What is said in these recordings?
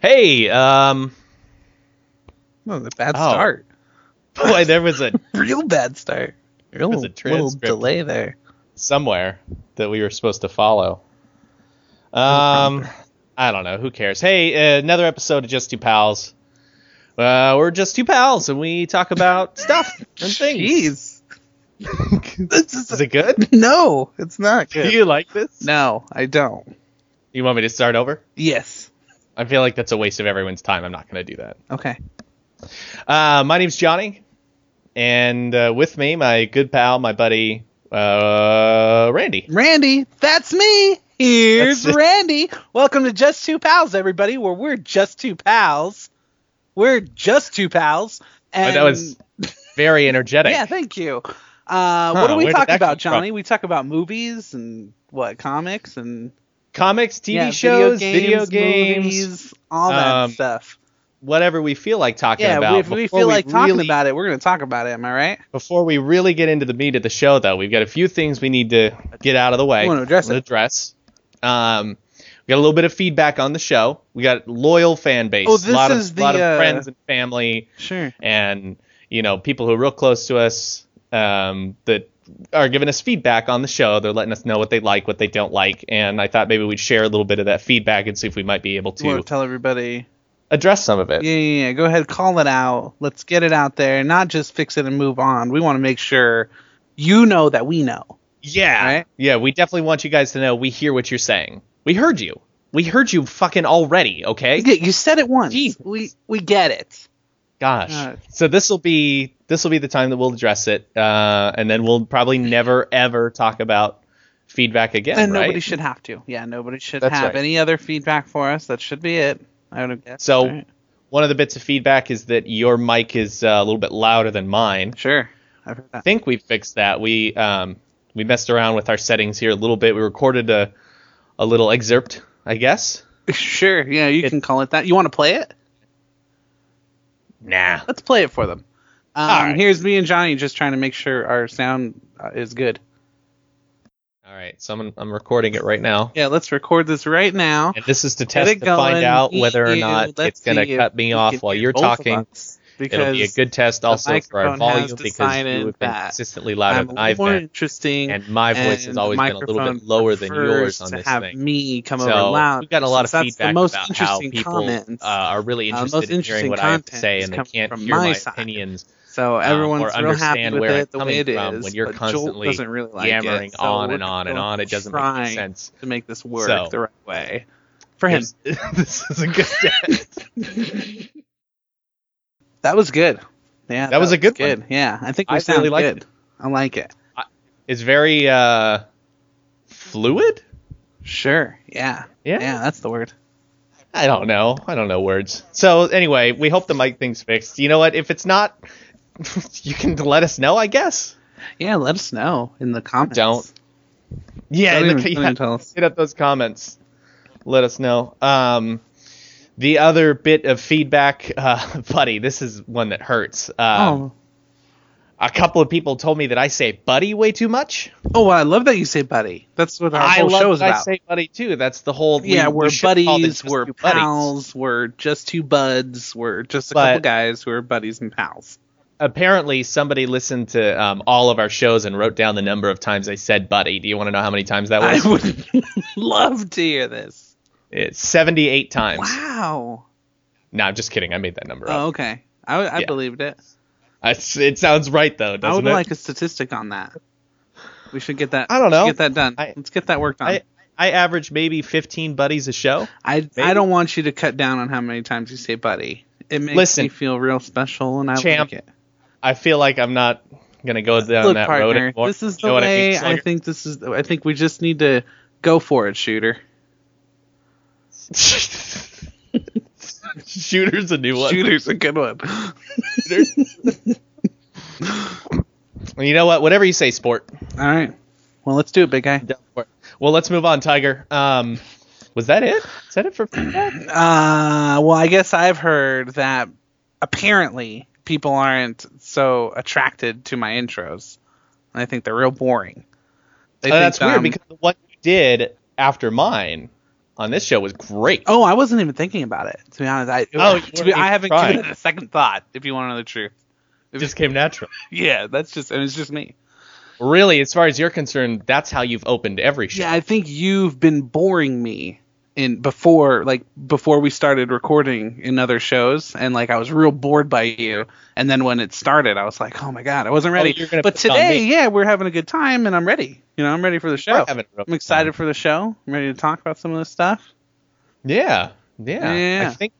Hey, um, Well, the bad Oh. start. boy, there was a Real bad start. Real was a little transcript. delay there. somewhere that we were supposed to follow. Um, I don't know. Who cares? Hey, uh, another episode of Just Two Pals. Uh, we're just two pals, and we talk about stuff and things. Jeez. this is Is it good? no, it's not Do good. you like this? No, I don't. You want me to start over? Yes. I feel like that's a waste of everyone's time. I'm not going to do that. Okay. Uh, my name's Johnny, and uh, with me, my good pal, my buddy, uh, Randy. Randy, that's me. Here's That's it. Randy. Welcome to Just Two Pals, everybody, where we're just two pals. We're just two pals. Oh, And that was very energetic. Yeah, thank you. Uh, what do we where did talk that about, come from? Johnny? We talk about movies and what comics and Comics, TV yeah, shows, video games, movies, all that um, stuff. whatever we feel like talking Yeah, about. if we Before feel like talking really- about it, we're going to talk about it. Am I right? Before we really get into the meat of the show, though, we've got a few things we need to get out of the way. We wanna address it. Address. Um, we got a little bit of feedback on the show. We got loyal fan base. Oh, this a lot is of, the, lot of uh, friends and family. Sure. and you know people who are real close to us um, that are giving us feedback on the show. They're letting us know what they like, what they don't like, and I thought maybe we'd share a little bit of that feedback and see if we might be able We to want to tell everybody. address some of it. Yeah, yeah, yeah. Go ahead, call it out. Let's get it out there, not just fix it and move on. We want to make sure you know that we know. Yeah, Right. yeah. We definitely want you guys to know we hear what you're saying. We heard you. We heard you fucking already. Okay. Yeah, You said it once. Jesus. We we get it. Gosh. God. So this will be this will be the time that we'll address it, uh, and then we'll probably never ever talk about feedback again. and right? nobody should have to. Yeah, nobody should That's have right. any other feedback for us. That should be it. I would guess. So- right? one of the bits of feedback is that your mic is uh, a little bit louder than mine. sure, I've heard I that. think we fixed that. We um, we messed around with our settings here a little bit. We recorded a a little excerpt, I guess. Sure, yeah, you It- can call it that. You want to play it? Nah. Let's play it for them. Um, All right. Here's me and Johnny just trying to make sure our sound uh, is good. All right. So I'm I'm recording it right now. Yeah, let's record this right now. And this is to Get test it to find going. out whether or You- not it's let's gonna see cut if me we off can while do you're both of talking. us, It'll be a because good test also for our microphone has volume because decided you have been that consistently I'm louder than I've more been, interesting. and my voice has and always the been a little bit microphone lower than prefers yours on to this have thing. me come so over loud. we've got a lot of since that's feedback the most about how interesting people uh, comments. are really Uh, most interested in hearing interesting what I have to content say, is and they coming can't from hear my my side. opinions. so everyone's um, or real happy understand with where it it's the coming way it is. from when you're but constantly Jolt doesn't really like yammering it, so on we're and on and gonna on. It doesn't make try any sense. to make this work So- the right way for him. this is a good test. That was good. Yeah, That was a good one. good. Yeah, I think I we really sound liked good. it. I like it. It's very uh, fluid. Sure. Yeah. Yeah? Yeah, that's the word. I don't know. I don't know words. So anyway, we hope the mic thing's fixed. You know what? If it's not, you can let us know. I guess. Yeah, let us know in the comments. Don't. Yeah, Don't in the- even- don't yeah. even tell us. hit up those comments. Let us know. Um, the other bit of feedback, uh, buddy, this is one that hurts. Um, oh. A couple of people told me that I say buddy way too much. Oh, well, I love that you say buddy. That's what our I whole love show is that about. I say buddy too. That's the whole. we- yeah, we we're should call them buddies, just we're two buddies. pals, we're just two buds, we're just a couple But- guys who are buddies and pals. Apparently, somebody listened to um, all of our shows and wrote down the number of times I said buddy. Do you want to know how many times that I was? would love to hear this. it's 78 times. Wow. No, I'm just kidding. I made that number Oh, up. okay. I, I Yeah. believed it. I- it sounds right though, doesn't I would it? like a statistic on that. We should get that. I don't we should know. Get that done. I- Let's get that worked on. I, I, I average maybe 15 buddies a show. I, maybe- don't want you to cut down on how many times you say buddy. It makes Listen. me feel real special, and I Champ, like it. I feel like I'm not going to go down Look, that road partner, anymore. this is You the know what I mean, way. I Slugger? think this is. I think we just need to go for it, shooter. Shooter's a new one. Shooter's a good one. And You know what? Whatever you say, sport. All right. Well, let's do it, big guy. Down for it. Well, let's move on, Tiger. Um, was that it? Is that it for feedback? Uh, well, I guess I've heard that apparently people aren't so attracted to my intros. And I think they're real boring. They Uh, that's that weird I'm- because the one you did after mine on this show was great. Oh, I wasn't even thinking about it. To be honest, I Oh, you to weren't be, even I haven't trying. given it a second thought. If you want to know the truth, It just came natural. yeah, that's just and it's just me. Really, as far as you're concerned, that's how you've opened every show. Yeah, I think you've been boring me in before like before we started recording in other shows, and like I was real bored by you. And then when it started, I was like, oh my god, I wasn't ready. you're gonna but piss on today, me. yeah, we're having a good time, and I'm ready. You know, I'm ready for the We're show. having a real I'm excited for the show. I'm ready to talk about some of this stuff. Yeah, yeah. Yeah. I think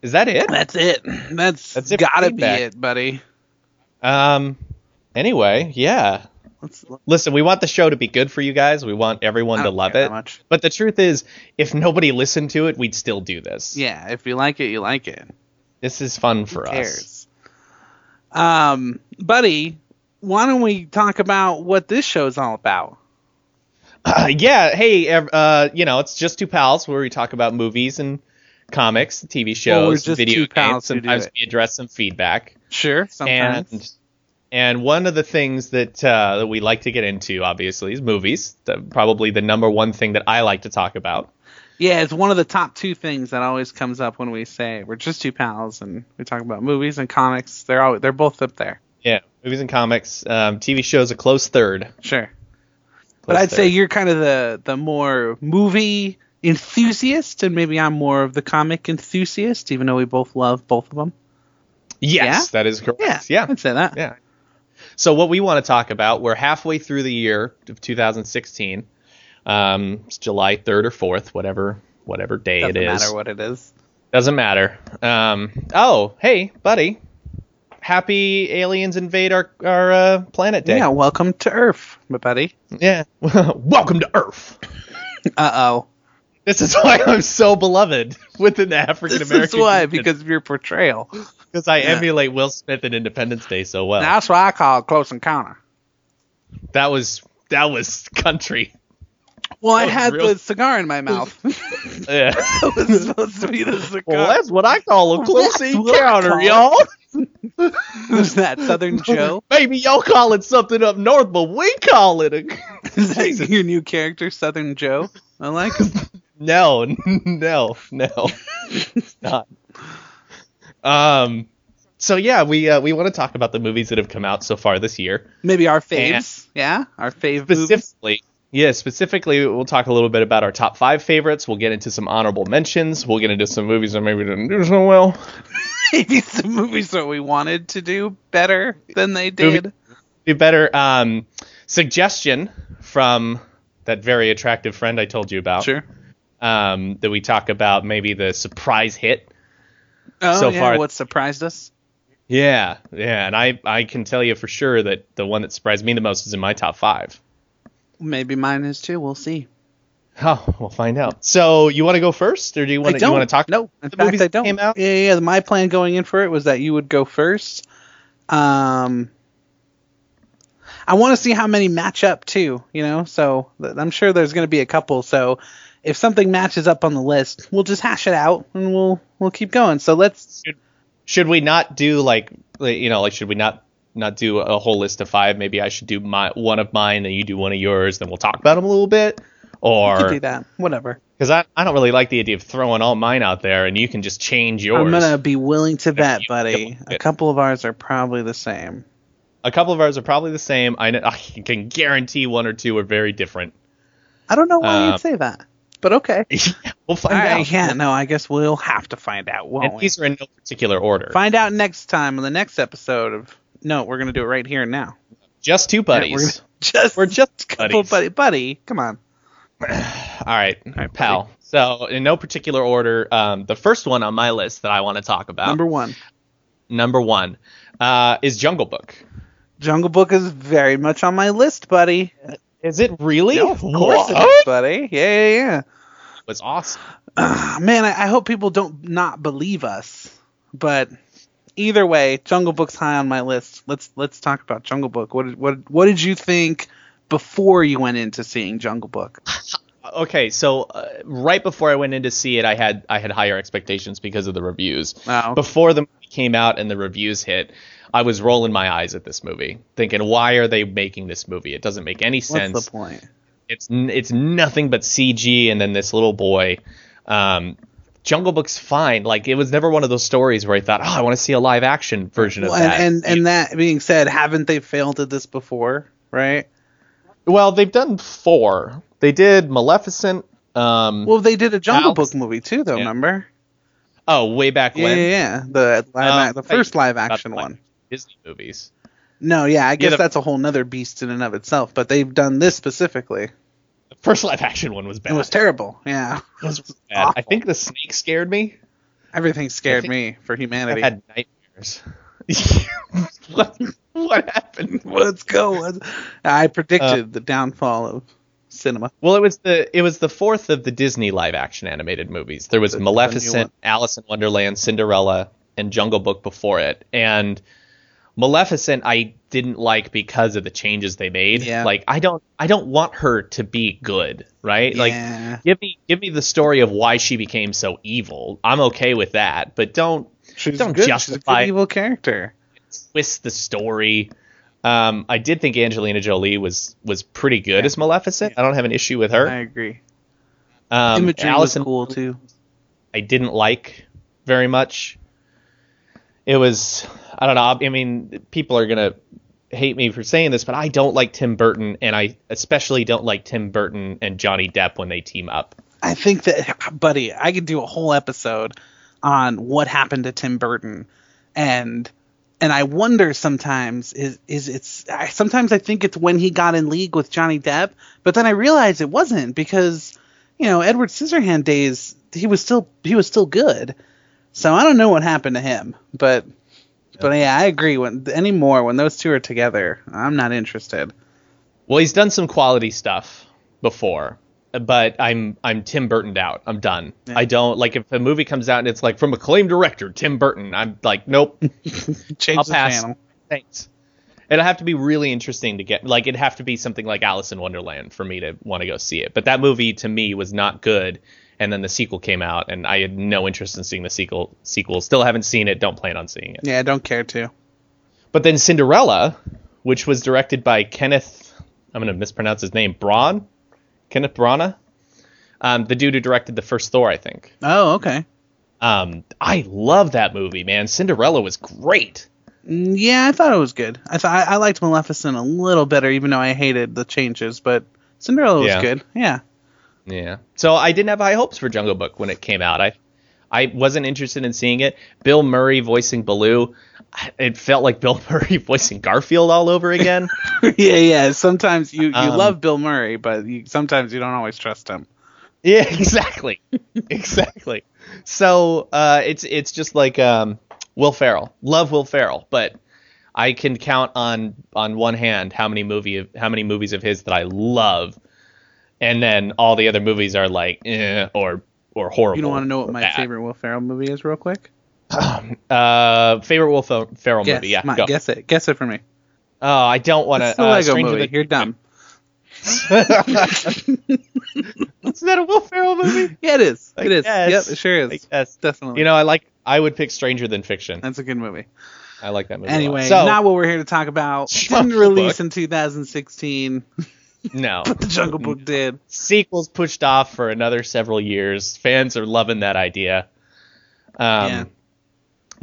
is that it. That's it. That's, That's That's it for gotta feedback. be it, buddy. Um. Anyway, yeah. Let's Listen, we want the show to be good for you guys. We want everyone I to don't love care it. that much. But the truth is, if nobody listened to it, we'd still do this. Yeah, if you like it, you like it. This is fun for Who us. cares? Um, buddy, why don't we talk about what this show's all about? Uh, yeah. Hey, ev- uh, you know, it's just two pals where we talk about movies and comics, TV Well, we're shows, just video two games. pals who do Sometimes it. we address some feedback. Sure. Sometimes. and and one of the things that uh, that we like to get into, obviously, is movies. The, probably the number one thing that I like to talk about. yeah, it's one of the top two things that always comes up when we say we're just two pals and we talk about movies and comics. They're all they're both up there. Yeah, movies and comics. Um, TV shows a close third. Sure. but Close I'd say third. you're kind of the the more movie enthusiast, and maybe I'm more of the comic enthusiast, even though we both love both of them. yes, that is Yeah. correct. Yeah, I'd say that. yeah. So what we want to talk about, we're halfway through the year of 2016. Um, it's July 3rd or 4th, whatever whatever day Doesn't it is. matter what it is. Doesn't matter. Um, oh, hey, buddy. Happy aliens invade our our uh, planet day. Yeah, welcome to Earth, my buddy. Yeah. Welcome to Earth. Uh oh. This is why I'm so beloved within the African This American. is why, because of your portrayal. because I emulate Will Smith in Independence Day so well. That's why I call it close encounter. that was that was country. Well, I was had real- the cigar in my mouth. that Yeah. was supposed to be the cigar. well, that's what I call a close That's what I call encounter, it. y'all. Who's that? Southern Joe? Maybe y'all call it something up north, but we call it a. Is that your new character, Southern Joe? I like him. No, no, no, it's not. Um. So yeah, we uh, we want to talk about the movies that have come out so far this year. Maybe our faves. Yeah, our fave movies. specifically yeah specifically we'll talk a little bit about our top five favorites we'll get into some honorable mentions we'll get into some movies that maybe didn't do so well Maybe some movies that we wanted to do better than they did. be better um, suggestion from that very attractive friend i told you about Sure. um, that we talk about maybe the surprise hit Oh, So yeah, far- what surprised us? yeah yeah and i i can tell you for sure that the one that surprised me the most is in my top five Maybe mine is too. We'll see. Oh, we'll find out. So, you want to go first, or do you want to? You want to talk? No, the in fact, movies I that don't. came out? Yeah, yeah. yeah. My plan going in for it was that you would go first. Um, I want to see how many match up too. You know, so th- I'm sure there's going to be a couple. So if something matches up on the list, we'll just hash it out and we'll we'll keep going. So let's. should we not do like like, you know like should we not not do a whole list of five maybe i should do my one of mine and you do one of yours then we'll talk about them a little bit we could or do that. Whatever. because I, I don't really like the idea of throwing all mine out there and you can just change yours I'm gonna be willing to bet, you buddy. don't A get- couple of ours are probably the same. a couple of ours are probably the same I, kn- I can guarantee one or two are very different I don't know why Um, you'd say that, but okay. we'll find All right, out yeah, no, I guess we'll have to find out, won't and we? these are in no particular order Find out next time on the next episode of. No, we're gonna do it right here and now. just two Yeah, we're buddies gonna- just we're, just couple buddies buddy, buddy, come on. all right, right, pal so in no particular order um, the first one on my list that i want to talk about Number one, number one uh, is Jungle Book. Jungle Book is very much on my list, buddy. Is it really? Yeah, of course it Whoa. is, buddy. Yeah, yeah, yeah. It was awesome. Ah, man, I, I hope people don't not believe us, but either way, Jungle Book's high on my list. Let's let's talk about Jungle Book. What did, what what did you think before you went into seeing Jungle Book? Okay, so uh, right before I went in to see it, I had I had higher expectations because of the reviews. Wow. Before the movie came out and the reviews hit, I was rolling my eyes at this movie, thinking, "Why are they making this movie? It doesn't make any What's sense. the point? It's n- it's nothing but CG and then this little boy. Um, Jungle Book's fine. Like it was never one of those stories where I thought, oh, I want to see a live action version of Well, that. and, and and that being said, haven't they failed at this before? Right. well, they've done four. They did Maleficent. Um, Well, they did a Jungle Alex- Book movie too, though. Yeah. Remember? oh, way back Yeah, when yeah, yeah. The live, Um, the first live action like- one. Disney movies. No, yeah, I guess the- that's a whole nother beast in and of itself. But they've done this specifically. The first live action one was bad. It was terrible. Yeah, It was bad. awful. I think the snake scared me. everything scared think- me for I humanity. had nightmares. what, what happened? Let's go. Let's- Uh, I predicted the downfall of cinema. Well, it was the it was the fourth of the Disney live action animated movies. There was The- the new one. Maleficent, Alice in Wonderland, Cinderella, and Jungle Book before it. And Maleficent, I didn't like because of the changes they made. Yeah. Like I don't I don't want her to be good, right? Like yeah. give me give me the story of why she became so evil. I'm okay with that, but don't she's don't good. she's a justify- good evil character. twist the story. Um, I did think Angelina Jolie was was pretty good as Maleficent. I don't have an issue with I her. agree. Um, Imagery Alice in was cool too. I didn't like very much. It was I don't know. I mean, people are gonna hate me for saying this, but I don't like Tim Burton, and I especially don't like Tim Burton and Johnny Depp when they team up. I think that, buddy, I could do a whole episode on what happened to Tim Burton, and and I wonder sometimes is is it's I, sometimes I think it's when he got in league with Johnny Depp, but then I realize it wasn't because you know Edward Scissorhand days he was still he was still good, so I don't know what happened to him, but but yeah, I agree. When anymore when those two are together, I'm not interested. Well, he's done some quality stuff before, but I'm I'm Tim Burtoned out. I'm done. Yeah. I don't like if a movie comes out and it's like from acclaimed director Tim Burton. I'm like, nope, Change I'll the pass. channel. thanks. It'll have to be really interesting to get like it'd have to be something like Alice in Wonderland for me to want to go see it. But that movie to me was not good, and then the sequel came out, and I had no interest in seeing the sequel. Sequel still haven't seen it. Don't plan on seeing it. Yeah, I don't care to. But then Cinderella, which was directed by Kenneth, I'm going to mispronounce his name, Braun, Kenneth Branagh, um, the dude who directed the first Thor, I think. Oh, okay. Um, I love that movie, man. Cinderella was great. Mm, Yeah, I thought it was good. I thought I, I liked Maleficent a little better, even though I hated the changes. But Cinderella was Yeah. good. Yeah, Yeah. So I didn't have high hopes for Jungle Book when it came out. I I wasn't interested in seeing it. Bill Murray voicing Baloo, it felt like Bill Murray voicing Garfield all over again. yeah, yeah. Sometimes you you Um, love Bill Murray, but you, sometimes you don't always trust him. Yeah, exactly, exactly. So uh, it's it's just like um, Will Ferrell. Love Will Ferrell, but I can count on on one hand how many movie of, how many movies of his that I love, and then all the other movies are like eh, or or horrible. You don't want to know what my Bad. favorite Will Ferrell movie is, real quick. uh, favorite Will Fer- Ferrell Guess, movie? Yeah, my- go. guess it. Guess it for me. Oh, I don't want It's to. the Uh, Lego Stranger movie. Than- You're dumb. Is that a Will Ferrell movie? Yeah, it is. I It is. guess. Yep, it sure is. I guess. Definitely. You know, I like. I would pick Stranger Than Fiction. that's a good movie. I like that movie. a lot. Um, Anyway, so, not what we're here to talk about. Jungle Didn't release Book. in 2016, no. but the Jungle Mm-hmm. Book did. sequels pushed off for another several years. Fans are loving that idea. Um, Yeah.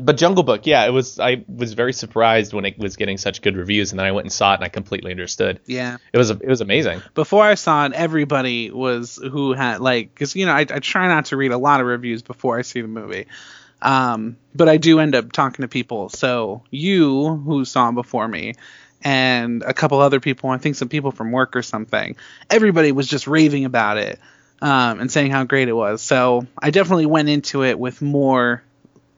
But Jungle Book, yeah, it was. I was very surprised when it was getting such good reviews, and then I went and saw it, and I completely understood. Yeah. It was it was amazing. before I saw it, everybody was who had like because you know I, I try not to read a lot of reviews before I see the movie, um, but I do end up talking to people. So you who saw it before me, and a couple other people, I think some people from work or something, everybody was just raving about it um, and saying how great it was. So I definitely went into it with more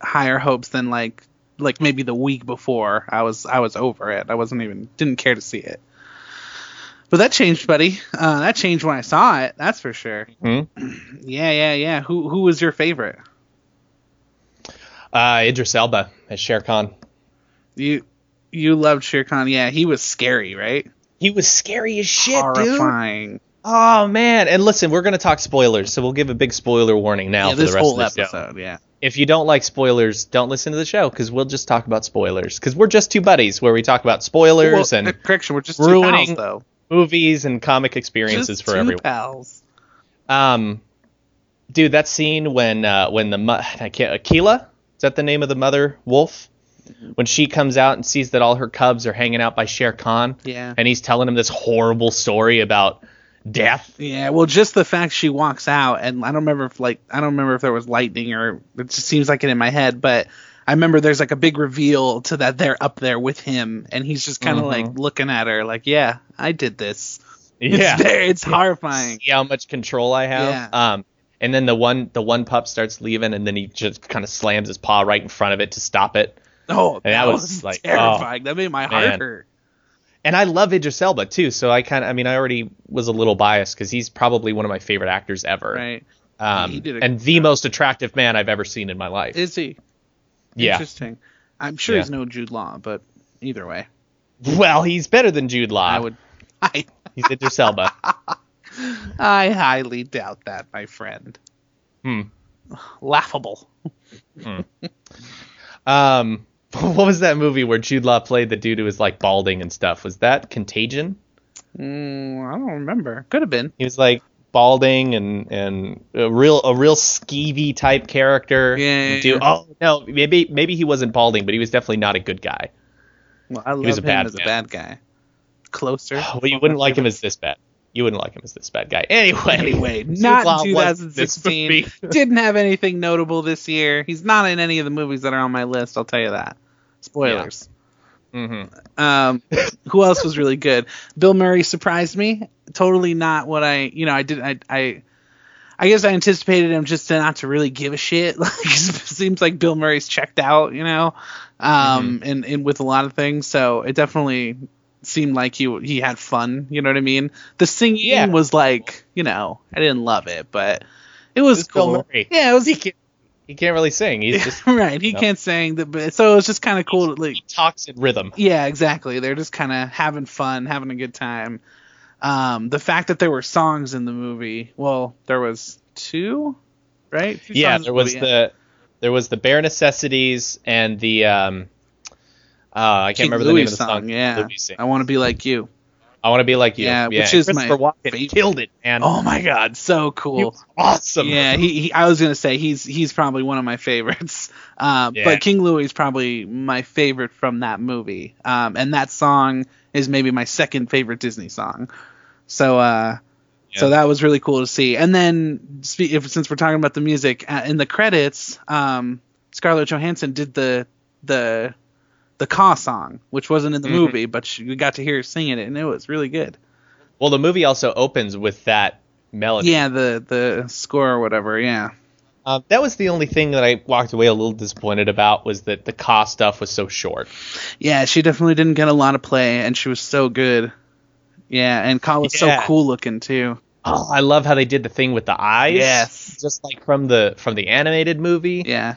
higher hopes than like like maybe the week before I was I was over it. I wasn't even didn't care to see it. But that changed, buddy. Uh, that changed when I saw it. That's for sure. Hmm? Yeah, yeah, yeah. Who who was your favorite? Uh, Idris Elba as Shere Khan. You you loved Shere Khan. Yeah, he was scary, right? He was scary as shit, dude. Horrifying. Oh man! And listen, we're gonna talk spoilers, so we'll give a big spoiler warning now yeah, for this the rest whole of the show. episode. Yeah. If you don't like spoilers, don't listen to the show because we'll just talk about spoilers. Because we're just two buddies where we talk about spoilers Well, and uh, correction. We're just ruining- two pals, though. movies and comic experiences Just for two everyone. pals. Um, dude, that scene when uh, when the mo- I can't Aquila is that the name of the mother wolf when she comes out and sees that all her cubs are hanging out by Shere Khan. Yeah. and he's telling him this horrible story about death. Yeah, well, just the fact she walks out, and I don't remember if like I don't remember if there was lightning or it just seems like it in my head, but I remember there's like a big reveal to that they're up there with him, and he's just kind of like looking at her, like, yeah, I did this. Mm-hmm. Yeah, it's, there, it's horrifying. see how much control I have. Um, and then the one the one pup starts leaving, and then he just kind of slams his paw right in front of it to stop it. Oh, that, was, was like, oh, terrifying. that made my man. heart hurt. And I love Idris Elba too, so I kind of I mean I already was a little biased because he's probably one of my favorite actors ever. Right? He Um, did a- and the most attractive man I've ever seen in my life. Is he? yeah. Interesting. I'm sure Yeah. he's no Jude Law, but either way, Well, he's better than Jude Law. I would. I He's Idris Elba. I highly doubt that, my friend. Hmm. Laughable. Um, what was that movie where Jude Law played the dude who was like balding and stuff? Was that Contagion? Mm, I don't remember. Could have been. He was like balding and and a real a real skeevy type character. Yeah, yeah, Do yeah. oh no, maybe maybe he wasn't balding, but he was definitely not a good guy. Well, I love was a him bad as a man. bad guy. Oh, Closer. Well, you wouldn't like him as this bad. You wouldn't like him as this bad guy. Anyway, Anyway, Jude not Law in was in this 2016. movie. Didn't have anything notable this year. He's not in any of the movies that are on my list. I'll tell you that. Spoilers. Mhm. Um, who else was really good? Bill Murray surprised me. Totally not what I, you know, I did. I, I, I guess I anticipated him just to not to really give a shit. Like it seems like Bill Murray's checked out, you know, um, Mm-hmm. and and with a lot of things. So it definitely seemed like he he had fun. You know what I mean? The singing Yeah. was like, you know, I didn't love it, but it was, It's Bill cool. Murray. Yeah, it was. He can't, he can't really sing. He's just right, he No. can't sing, the, but so it was just kind of cool. to, Like talks in rhythm. yeah, exactly. They're just kind of having fun, having a good time. Um, the fact that there were songs in the movie, well, there was two, right? Two yeah, songs in there was movie, yeah. the there was the bare necessities and the um uh, I can't King remember Louis the name of the song. Yeah, Louis sings. I want to be like you. I want to be like you. Yeah, which is my Christopher Walken favorite. killed it, man. Oh my God, so cool. He was awesome. Yeah, he, he. I was gonna say he's he's probably one of my favorites. Um, Yeah. But King Louis is probably my favorite from that movie. Um, and that song is maybe my second favorite Disney song. So uh, so Yeah. that was really cool to see. And then spe- if since we're talking about the music uh, in the credits, um, Scarlett Johansson did the the the Ka song, which wasn't in the Mhm. movie, but she, we got to hear her singing it, and it was really good. Well, the movie also opens with that melody. Yeah, the the score or whatever. Yeah. Uh, that was the only thing that I walked away a little disappointed about was that the cost stuff was so short. Yeah, she definitely didn't get a lot of play, and she was so good. Yeah, and Kyle was Yeah. so cool looking too. Oh, I love how they did the thing with the eyes. Yes. Just like from the from the animated movie. Yeah,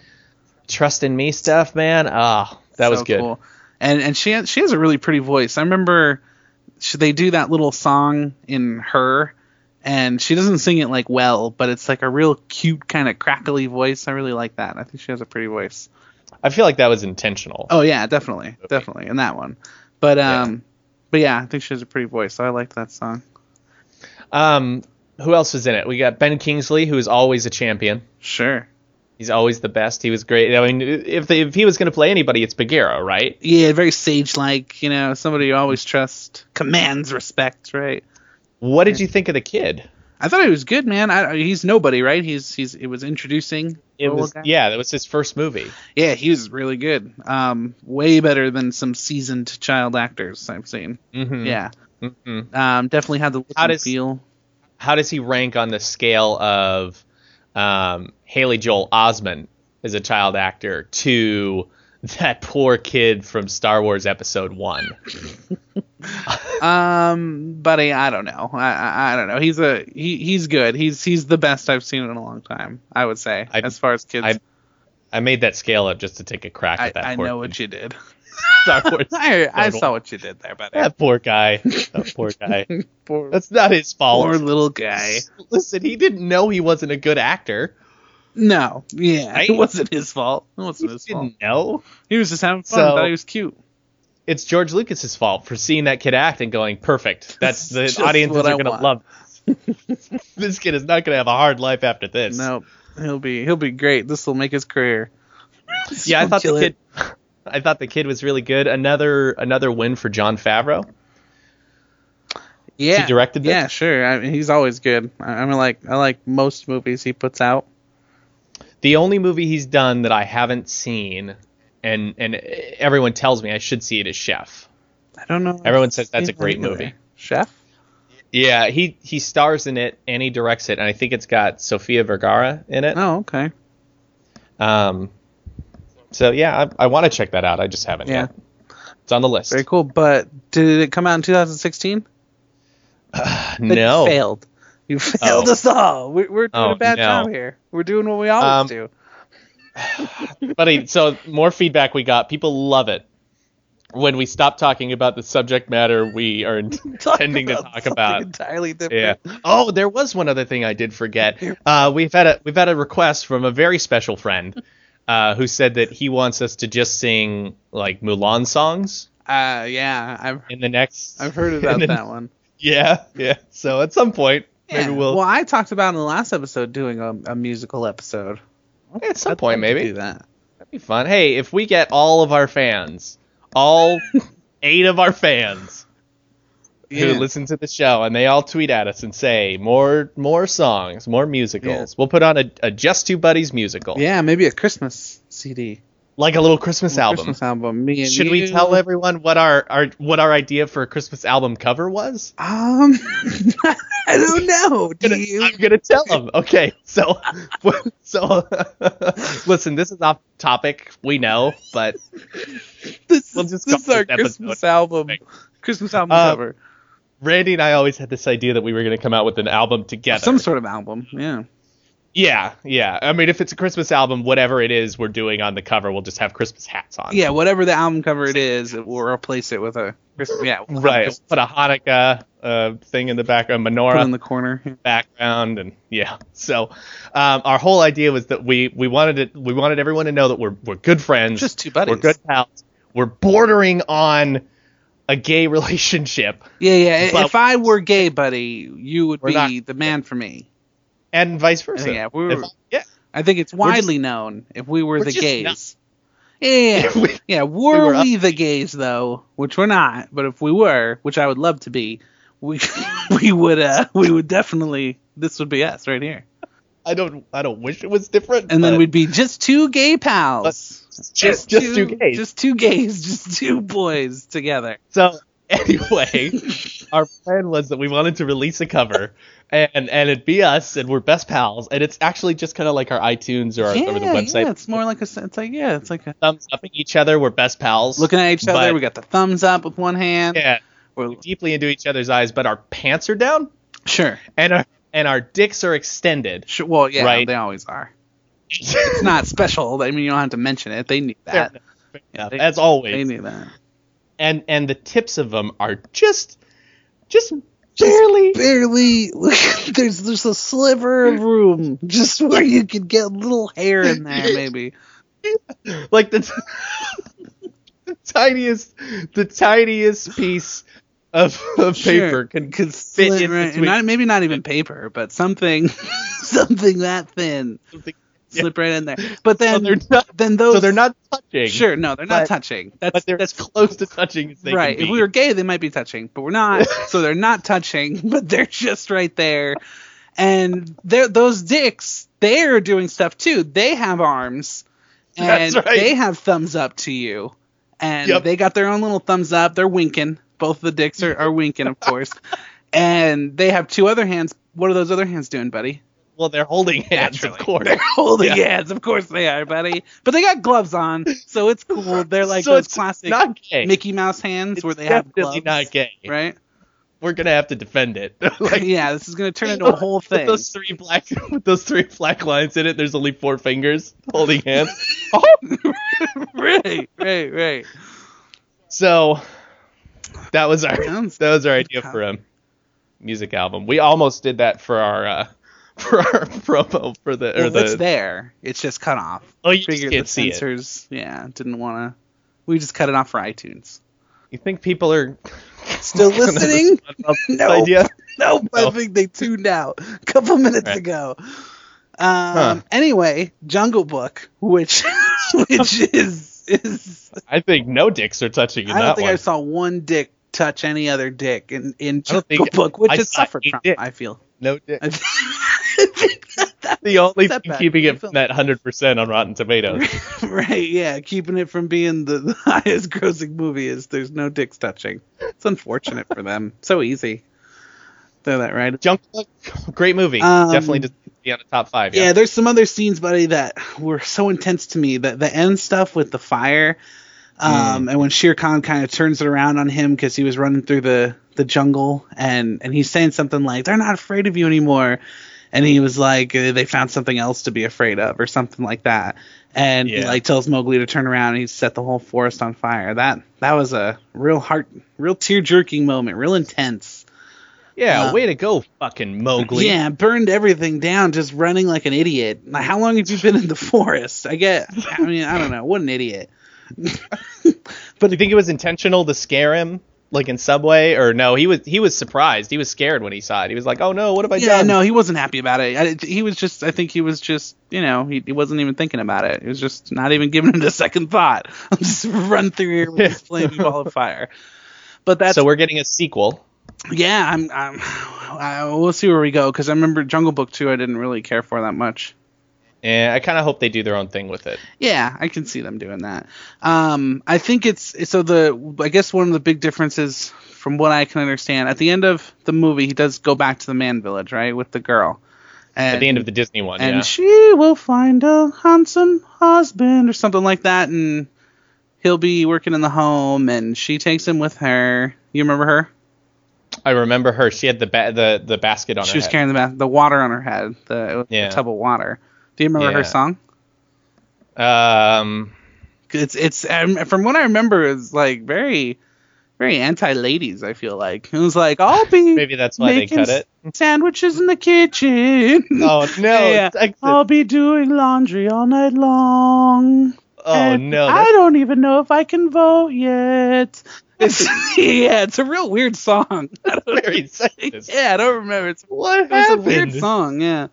Trust in me stuff, man. Ah, that so was good. Cool. And and she has, she has a really pretty voice. I remember she, they do that little song in her, and she doesn't sing it like well, but it's like a real cute kind of crackly voice. I really like that. I think she has a pretty voice. I feel like that was intentional. Oh yeah, definitely, definitely in that one. But um, but yeah, I think she has a pretty voice. So I liked that song. Um, who else was in it? We got Ben Kingsley, who is always a champion. Sure. He's always the best. He was great. I mean, if they, if he was going to play anybody, it's Bagheera, right? Yeah, very sage like, you know, somebody you always trust, commands respect, right? What did you think of the kid? I thought he was good, man. I, he's nobody, right? He's he's it was introducing. It the was little guy. yeah, that was his first movie. Yeah, he was really good. Um, way better than some seasoned child actors I've seen. Mm-hmm. Yeah, hmm um, definitely had the look How and does- feel. How does he rank on the scale of um, Haley Joel Osment as a child actor to that poor kid from Star Wars Episode One? Um, buddy, I don't know. I, I I don't know. He's a he he's good. He's he's the best I've seen in a long time. I would say I- as far as kids. I- I made that scale up just to take a crack I, at that. I poor know kid. what you did. Star Wars. I, I Episode saw One. what you did there, buddy. that poor guy. That poor guy. Poor- That's not his fault. poor little guy. Listen, he didn't know he wasn't a good actor. No, yeah, Right? it wasn't his fault. It wasn't He his fault. didn't know. He was just having So- fun. thought he was cute. it's George Lucas's fault for seeing that kid act and going perfect. That's the Just audiences what I are gonna want. love. this. this kid is not gonna have a hard life after this. Nope. He'll be he'll be great. This will make his career. yeah, I thought the Kill kid. it. I thought the kid was really good. Another another win for John Favreau. Yeah, directed this? Yeah, sure. I mean, he's always good. I, I mean, like I like most movies he puts out. The only movie he's done that I haven't seen, and and everyone tells me I should see it is Chef. I don't know. if Everyone I've says that's seen a great either. movie. Chef. Yeah, he he stars in it and he directs it, and I think it's got Sofia Vergara in it. Oh, okay. Um, so yeah, I, I want to check that out. I just haven't Yeah. yet. It's on the list. Very cool. But did it come out in 2016? No, It failed. You failed us all. We're, we're doing Oh, a bad no. job here. We're doing what we always Um, do. buddy. So more feedback we got. People love it when we stop talking about the subject matter we are intending to talk something about. entirely Yeah. different. Oh, there was one other thing I did forget. Uh, we've had a we've had a request from a very special friend uh, who said that he wants us to just sing like Mulan songs Yeah. Uh, yeah. I've in the next. I've heard about in the- that one. Yeah, yeah. So at some point, Yeah. maybe we'll. Well, I talked about in the last episode doing a, a musical episode. at some I'd point, like to maybe do that. that'd be fun. Hey, if we get all of our fans, all eight of our fans Yeah. who listen to the show, and they all tweet at us and say more, more songs, more musicals, we'll put on a, a Just Two Buddies musical, Yeah, maybe a Christmas CD. like a little Christmas album. Christmas album. Me and Should we you. tell everyone what our, our what our idea for a Christmas album cover was? Um, I don't know. I'm Do gonna, you? I'm gonna tell them. Okay, so so listen, this is off topic. We know, but This, we'll is- just this call is our this episode Christmas album. perfect. Christmas album Uh, cover. Randy and I always had this idea that we were gonna come out with an album together. Some sort of album. Yeah. yeah, yeah. I mean, if it's a Christmas album, whatever it is we're doing on the cover, we'll just have Christmas hats on. Yeah. Whatever the album cover it is, it will replace it with a Christmas. Yeah. we'll right. just Put a Hanukkah uh, thing in the background, menorah. Put in the corner. background and yeah so um, our whole idea was that we we wanted it we wanted everyone to know that we're we're good friends Just two buddies. we're good pals we're bordering on a gay relationship Yeah, yeah. But- if I were gay, buddy, you would We're be not- the man for me. and vice versa Yeah, we were- If- yeah I think it's We're just- widely known if we were, We're the just gays. not- Yeah, yeah, If yeah. we- yeah. Were were we, the gays though? Which we're not, but if we were, which I would love to be, we we would uh we would definitely this would be us right here, i don't i don't wish it was different and then but we'd be just two gay pals. just just two gays Just two gays. Just two boys together. so anyway our plan was that we wanted to release a cover and and it'd be us and we're best pals and it's actually just kind of like our itunes or, our, yeah, or the website yeah. It's more like a. s- It's like yeah. It's like a, thumbs up at each other we're best pals looking at each other. But- we got the thumbs up with one hand. yeah We're, deeply into each other's eyes, but our pants are down sure. and our and our dicks are extended. Sure. Well, yeah. Right. They always are. it's not special. I mean, you don't have to mention it. They knew Fair that. enough, they- as They always. knew that. And and the tips of them are just just barely Barely. there's there's a sliver of room just where you could get a little hair in there, maybe. like the, the tiniest the tiniest piece of, of paper can could fit in sliver- between. Not, maybe not even paper, but something something that thin something. slip right in there. But So then they're not then those so they're not touching. sure no they're not but- touching. That's But they're that's as close to touching as they right. can If be. we were gay, they might be touching, but we're not. so they're not touching, but they're just right there. And they're, those dicks, they're doing stuff too. They have arms, and That's right. they have thumbs up to you, and Yep. they got their own little thumbs up. They're winking. Both the dicks are, are winking, of course. and they have two other hands. What are those other hands doing, buddy? well, they're holding hands, of Naturally. course. They're holding Yeah. hands, of course they are, buddy. But they got gloves on, so it's cool. They're like so those it's classic not gay. Mickey Mouse hands It's where they have definitely gloves, not gay. right? We're gonna have to defend it. like yeah, this is gonna turn into a whole With thing. those three black with those three black lines in it, there's only four fingers holding hands. right, right, right. So that was our Sounds- that was our idea for a music album. We almost did that for our uh, for our promo for the or Well, it's the there. It's just cut off. oh you just Figure can't the see it. censors, yeah, didn't wanna. We just cut it off for iTunes. You think people are Still listening? about this Oh, No. idea? Nope, I No. think they tuned out a couple minutes Right. ago. Um, Anyway, Jungle Book, which which is is I think no dicks are touching in I don't that think I one. saw one dick touch any other dick in in I don't think- Jungle Book, which I has saw suffered a from. dick. I feel. No dick. I think that- The only Step thing back. keeping I it feel- from that hundred percent on Rotten Tomatoes. right, yeah, keeping it from being the, the highest grossing movie is there's no dicks touching. It's unfortunate for them. So easy. Throw that right Junk Book, great movie. Um, Definitely just be on the top five. Yeah. yeah there's some other scenes buddy that were so intense to me that the end stuff with the fire Mm. um, and when Shere Khan kind of turns it around on him because he was running through the the jungle and and he's saying something like they're not afraid of you anymore and he was like uh, they found something else to be afraid of or something like that and he Yeah. like tells Mowgli to turn around and he set the whole forest on fire that that was a real heart real tear jerking moment real intense Yeah, uh, way to go, fucking Mowgli. yeah, burned everything down just running like an idiot. Like, how long have you been in the forest? I get. I mean, I don't know. What an idiot. Do you think it was intentional to scare him, like in Subway, or no? He was he was surprised. He was scared when he saw it. He was like, "Oh no, what have I yeah, done?" no, he wasn't happy about it. I, he was just. I think he was just. You know, he, he wasn't even thinking about it. He was just not even giving it a second thought. I'll just run through here with this flaming ball of fire. But that's so we're getting a sequel. yeah. I'm. I'm I, we'll see where we go because I remember Jungle Book two. I didn't really care for that much. And I kind of hope they do their own thing with it. Yeah, I can see them doing that. Um, I think it's so the I guess one of the big differences from what I can understand at the end of the movie, he does go back to the man village, right, with the girl. And, At the end of the Disney one, and yeah. she will find a handsome husband or something like that, and he'll be working in the home, and she takes him with her. You remember her? I remember her. She had the ba- the the basket on she her was head. carrying the bath, the water on her head, the, it was Yeah. a tub of water. Do you remember her Yeah. song? um, it's it's um, from what I remember, it's like very, very anti ladies. I feel like it was like I'll be maybe that's why they making cut it. s- sandwiches in the kitchen. Oh no! oh, Yeah. Texas. I'll be doing laundry all night long. Oh and no! I that's- don't even know if I can vote yet. It's, yeah, it's a real weird song. I don't- Very sexist. yeah, I don't remember. It's What it was a happened? weird song, yeah.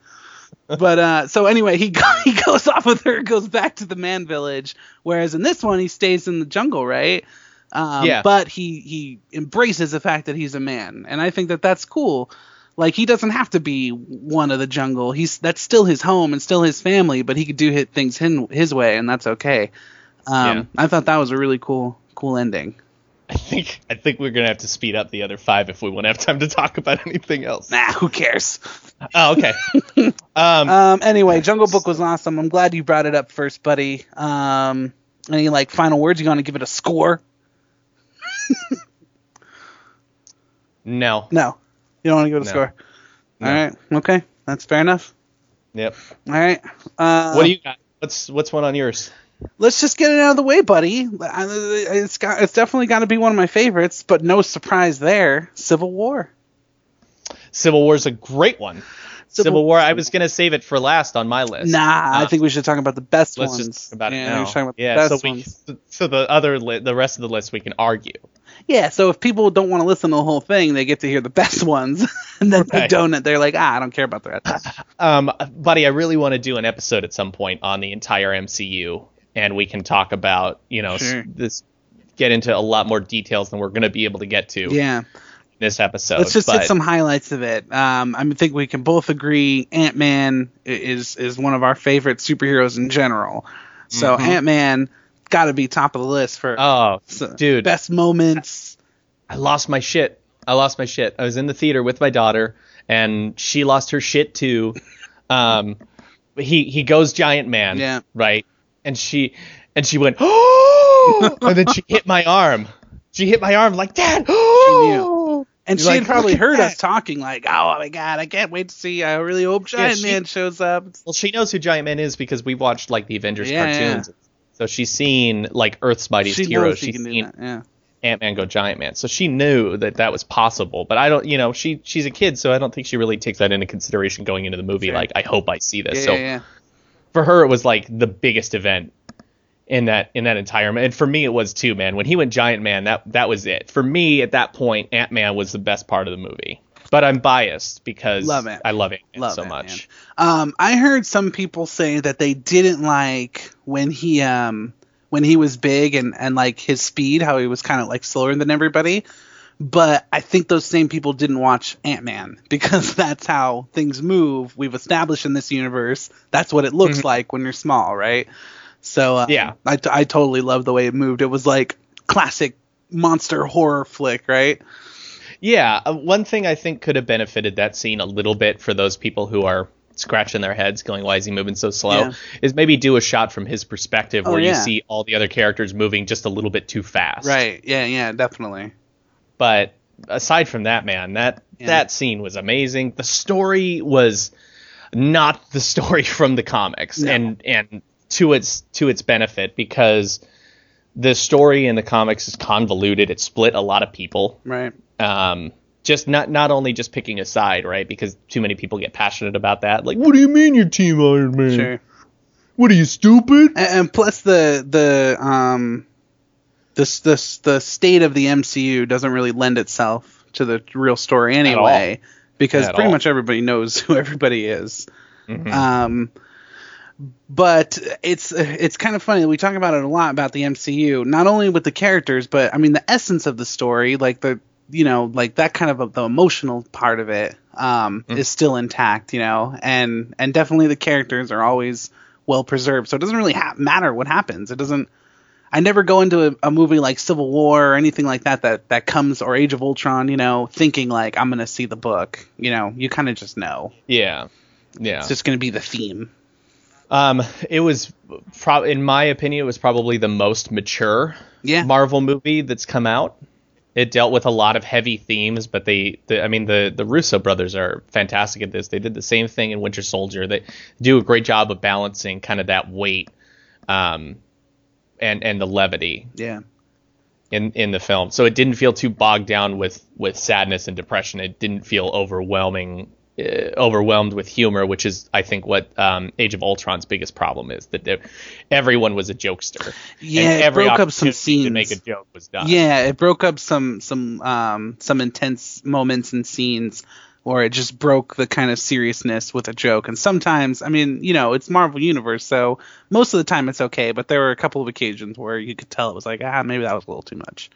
But uh, so anyway, he go, he goes off with her, goes back to the man village. Whereas in this one, he stays in the jungle, right? Um, Yeah. But he he embraces the fact that he's a man, and I think that that's cool. Like he doesn't have to be one of the jungle. He's that's still his home and still his family, but he could do hit things his, his way, and that's okay. Um, Yeah. I thought that was a really cool cool ending. I think I think we're gonna have to speed up the other five if we want to have time to talk about anything else. Nah, who cares? Oh, okay. Um, Um, anyway, Jungle Book was awesome. I'm glad you brought it up first, buddy. Um, any like final words? You gonna give it a score? no. No, you don't want to give it a No. score. No. All right, okay, that's fair enough. Yep. All right. Uh, What do you got? What's what's one on yours? Let's just get it out of the way, buddy. I- It's got, it's definitely got to be one of my favorites, but no surprise there. Civil War. Civil War's a great one. Civil, War. I was gonna save it for last on my list. Nah, I Uh, think we should talk about the best Let's ones. just talk about yeah, it now. we're talking about the yeah. best so we ones. so the other li- the rest of the list we can argue. Yeah, so if people don't want to listen to the whole thing, they get to hear the best ones, and then they Right. don't. They're like, ah, I don't care about the rest. Um, buddy, I really want to do an episode at some point on the entire MCU, and we can talk about you know s- Sure. this get into a lot more details than we're gonna be able to get to in yeah, this episode. let's just but hit some highlights of it. Um, I mean, think we can both agree Ant Man is is one of our favorite superheroes in general. So Ant Man got to be top of the list for Mm-hmm. Oh, s- dude. best moments. I lost my shit. I lost my shit. I was in the theater with my daughter, and she lost her shit too. Um, he he goes giant man, Yeah. right? And she and she went, oh! and then she hit my arm. She hit my arm like, Dad, oh! And she You're had like, probably "Look at heard that." us talking like, "Oh my god, I can't wait to see! I really hope Giant she- Man shows up." Well, she knows who Giant Man is because we watched like the Avengers Yeah, cartoons. So she's seen like Earth's Mightiest She Heroes. knows she she's can do seen that. Yeah. Ant Man go Giant Man. So she knew that that was possible, but I don't, you know, she she's a kid, so I don't think she really takes that into consideration going into the movie. Sure. Like, I hope I see this. Yeah, so yeah, yeah. for her, it was like the biggest event in that in that entire and for me it was too man when he went giant man that that was it for me at that point Ant Man was the best part of the movie but I'm biased because Love Ant-Man. I love it Love so Ant-Man. much Um, I heard some people say that they didn't like when he um when he was big and and like his speed, how he was kind of like slower than everybody. But I think those same people didn't watch Ant Man because that's how things move. We've established in this universe that's what it looks like when you're small, right? So um, Yeah. I, t- I totally love the way it moved. It was like classic monster horror flick, right? yeah uh, one thing I think could have benefited that scene a little bit for those people who are scratching their heads going why is he moving so slow Yeah. is maybe do a shot from his perspective Oh, where you yeah. see all the other characters moving just a little bit too fast Right. Yeah. Yeah. Definitely. but aside from that man that Yeah. that scene was amazing the story was not the story from the comics No. and and to its to its benefit because the story in the comics is convoluted it split a lot of people Right. um just not not only just picking a side right because too many people get passionate about that like what do you mean your team iron man Sure. what are you stupid and, and plus the the um this this the state of the MCU doesn't really lend itself to the real story all. anyway because At pretty all. Mm-hmm. much everybody knows who everybody is. Um but it's it's kind of funny we talk about it a lot about the MCU not only with the characters but I mean the essence of the story like the you know like that kind of the emotional part of it um Mm-hmm. is still intact you know and and definitely the characters are always well preserved so it doesn't really ha- matter what happens it doesn't I never go into a, a movie like Civil War or anything like that that that comes or Age of Ultron you know thinking like I'm going to see the book you know you kind of just know yeah yeah it's just going to be the theme Um, it was, pro- in my opinion, it was probably the most mature Yeah. Marvel movie that's come out. It dealt with a lot of heavy themes, but they, the, I mean, the the Russo brothers are fantastic at this. They did the same thing in Winter Soldier. They do a great job of balancing kind of that weight, um, and and the levity yeah in in the film. So it didn't feel too bogged down with with sadness and depression. It didn't feel overwhelming uh, overwhelmed with humor, which is I think what um, Age of Ultron's biggest problem is that there- everyone was a jokester. Yeah, and it every broke up some opportunity to make a scenes. joke was done. Yeah, it broke up some some um some intense moments and scenes or it just broke the kind of seriousness with a joke. And sometimes, I mean, you know, it's Marvel Universe, so most of the time it's okay, but there were a couple of occasions where you could tell it was like, ah, maybe that was a little too much.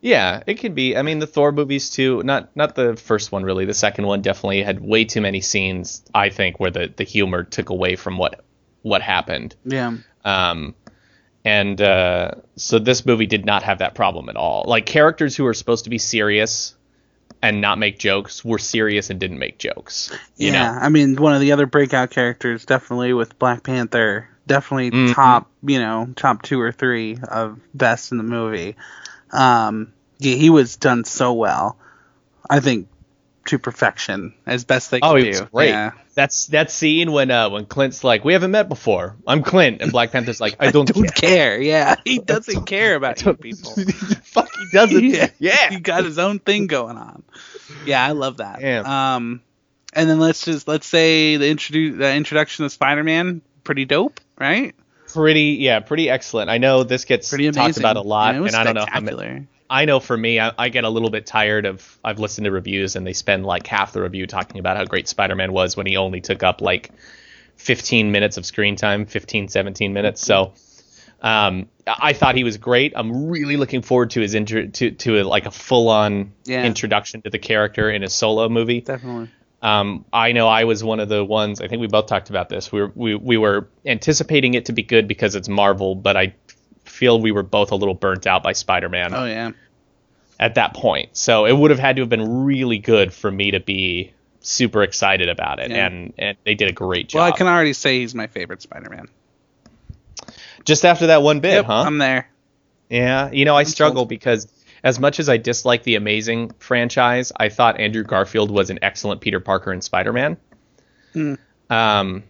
Yeah, it could be. I mean, the Thor movies too. Not not the first one really. The second one definitely had way too many scenes. I think where the the humor took away from what what happened. Yeah. Um, and uh, so this movie did not have that problem at all. Like characters who are supposed to be serious and not make jokes were serious and didn't make jokes. You yeah, know? I mean, one of the other breakout characters definitely with Black Panther, definitely Mm-hmm. top, you know, top two or three of best in the movie. Um, yeah, he was done so well. I think to perfection as best they Oh, could it was do. great. Yeah. That's that scene when uh, when Clint's like, "We haven't met before. I'm Clint," and Black Panther's like, "I don't, Don't care. Yeah, he doesn't care about you people. care." Fuck, he doesn't. Yeah. yeah. he got his own thing going on. Yeah, I love that. Damn. Um, and then let's just let's say the introduce the introduction of Spider-Man, pretty dope, right? pretty yeah pretty excellent i know this gets Pretty amazing. talked about a lot Yeah, it was and i don't know how many, spectacular. i know for me I, I get a little bit tired of i've listened to reviews and they spend like half the review talking about how great spider-man was when he only took up like 15 minutes of screen time 15 17 minutes so um, I- I thought he was great. I'm really looking forward to his intro to to a, like a full on Yeah. introduction to the character in a solo movie. Definitely. Um, I know I was one of the ones. I think we both talked about this. We were, we we were anticipating it to be good because it's Marvel, but I feel we were both a little burnt out by Spider-Man Oh yeah. at that point. So it would have had to have been really good for me to be super excited about it, Yeah. and and they did a great job. Well, I can already say he's my favorite Spider-Man. Just after that one bit, Yep, huh? I'm there. yeah, you know I struggle sold. because as much as I dislike the Amazing franchise, I thought Andrew Garfield was an excellent Peter Parker in Spider-Man. Um,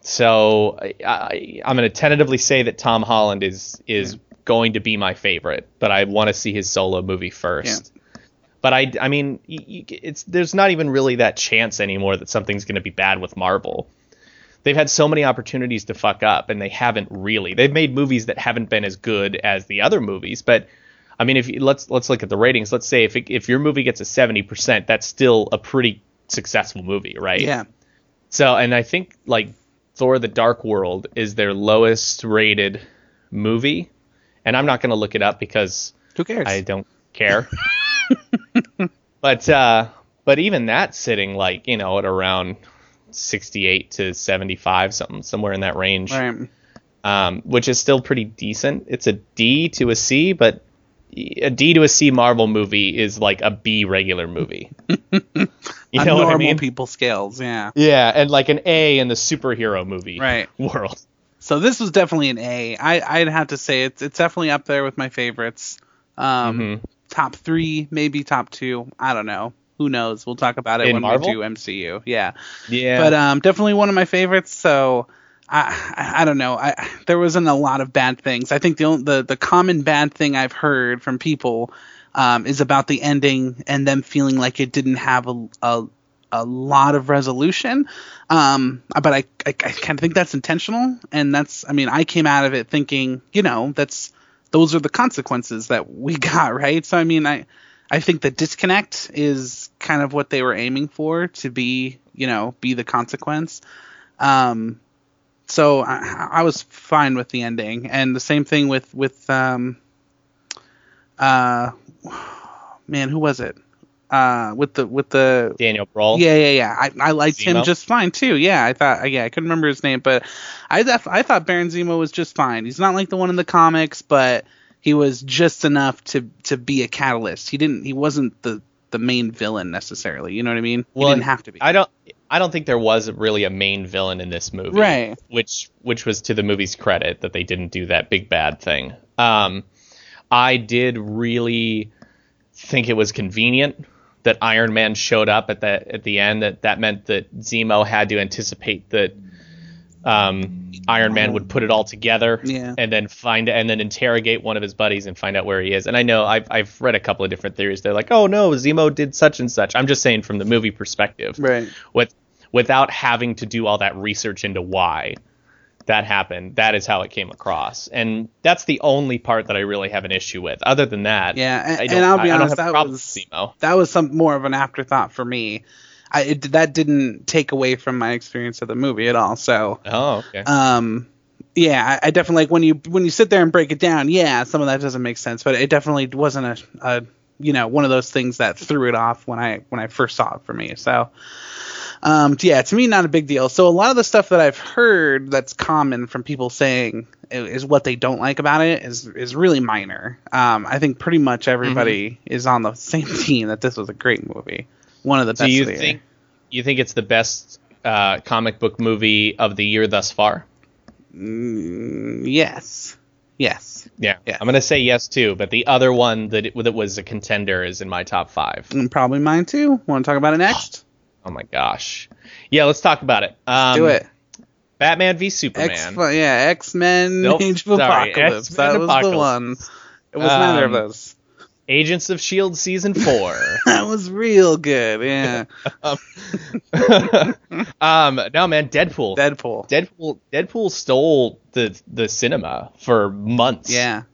so I, I, I'm going to tentatively say that Tom Holland is is going to be my favorite, but I want to see his solo movie first. But I, I mean, y- y- it's there's not even really that chance anymore that something's going to be bad with Marvel. they've had so many opportunities to fuck up and they haven't really. They've made movies that haven't been as good as the other movies, but I mean, if you, let's let's look at the ratings. Let's say if it, if your movie gets a seventy percent, that's still a pretty successful movie, right? Yeah. So, and I think like Thor: The Dark World is their lowest rated movie, and I'm not going to look it up because Who cares? I don't care. but uh, but even that sitting like you know at around 68 to 75 something somewhere in that range, Right. um, which is still pretty decent. It's a D to a C, but a D to a C Marvel movie is like a B regular movie. you On know what normal I mean? people scales, yeah. Yeah, and like an A in the superhero movie Right. world. So this was definitely an A. I, I'd have to say it's it's definitely up there with my favorites. Um, Mm-hmm. Top three, maybe top two. I don't know. Who knows? We'll talk about it In when Marvel? we do MCU. Yeah. Yeah. but um, definitely one of my favorites. So I, I, I don't know. I there wasn't a lot of bad things. I think the only, the the common bad thing I've heard from people um, is about the ending and them feeling like it didn't have a a, a lot of resolution. Um, but I I, I kind of think that's intentional, and that's I mean I came out of it thinking you know that's those are the consequences that we got right. So I mean I. I think the disconnect is kind of what they were aiming for to be, you know, be the consequence. Um, so I, I was fine with the ending, and the same thing with with um, uh, man, who was it? Uh, with the with the Daniel Brawl. yeah, yeah, yeah. I, I liked him Zemo? just fine too. Yeah, I thought. Yeah, I couldn't remember his name, but I def- I thought Baron Zemo was just fine. He's not like the one in the comics, but he was just enough to to be a catalyst. He didn't. He wasn't the the main villain necessarily. You know what I mean? Well, he didn't have to be. I don't I don't think there was really a main villain in this movie. Right. Which which was to the movie's credit that they didn't do that big bad thing. Um I did really think it was convenient that Iron Man showed up at that at the end that that meant that Zemo had to anticipate that um, Iron Man would put it all together Yeah. and then find and then interrogate one of his buddies and find out where he is. And I know I've I've read a couple of different theories. They're like, oh no, Zemo did such and such. I'm just saying from the movie perspective, Right. with without having to do all that research into why that happened. That is how it came across, and that's the only part that I really have an issue with. Other than that, Yeah, and- I don't, and I'll be I- I don't honest, have a that problem was- with Zemo. that was some more of an afterthought for me. I it, that didn't take away from my experience of the movie at all. So Oh, okay. um yeah I, I definitely like when you when you sit there and break it down yeah some of that doesn't make sense but it definitely wasn't a, a you know one of those things that threw it off when i when i first saw it for me so um yeah to me not a big deal so a lot of the stuff that i've heard that's common from people saying i- is what they don't like about it is is really minor um i think pretty much everybody Mm-hmm. is on the same team that this was a great movie one of the best do you of the year. think you think it's the best uh, comic book movie of the year thus far? Mm, yes yes Yeah. Yeah. I'm gonna say yes too, but the other one that it, that was a contender is in my top five. and probably mine too. Want to talk about it next? Oh my gosh. Yeah, let's talk about it. Um, Do it. Batman v X, Superman. yeah, X Men, Nope, Age of sorry, Apocalypse. X-Men that was the Apocalypse. one. It was neither of Um, those. Agents of Shield E season four. That was real good. Yeah, um, no man, Deadpool. Deadpool. Deadpool. Deadpool stole the the cinema for months. Yeah,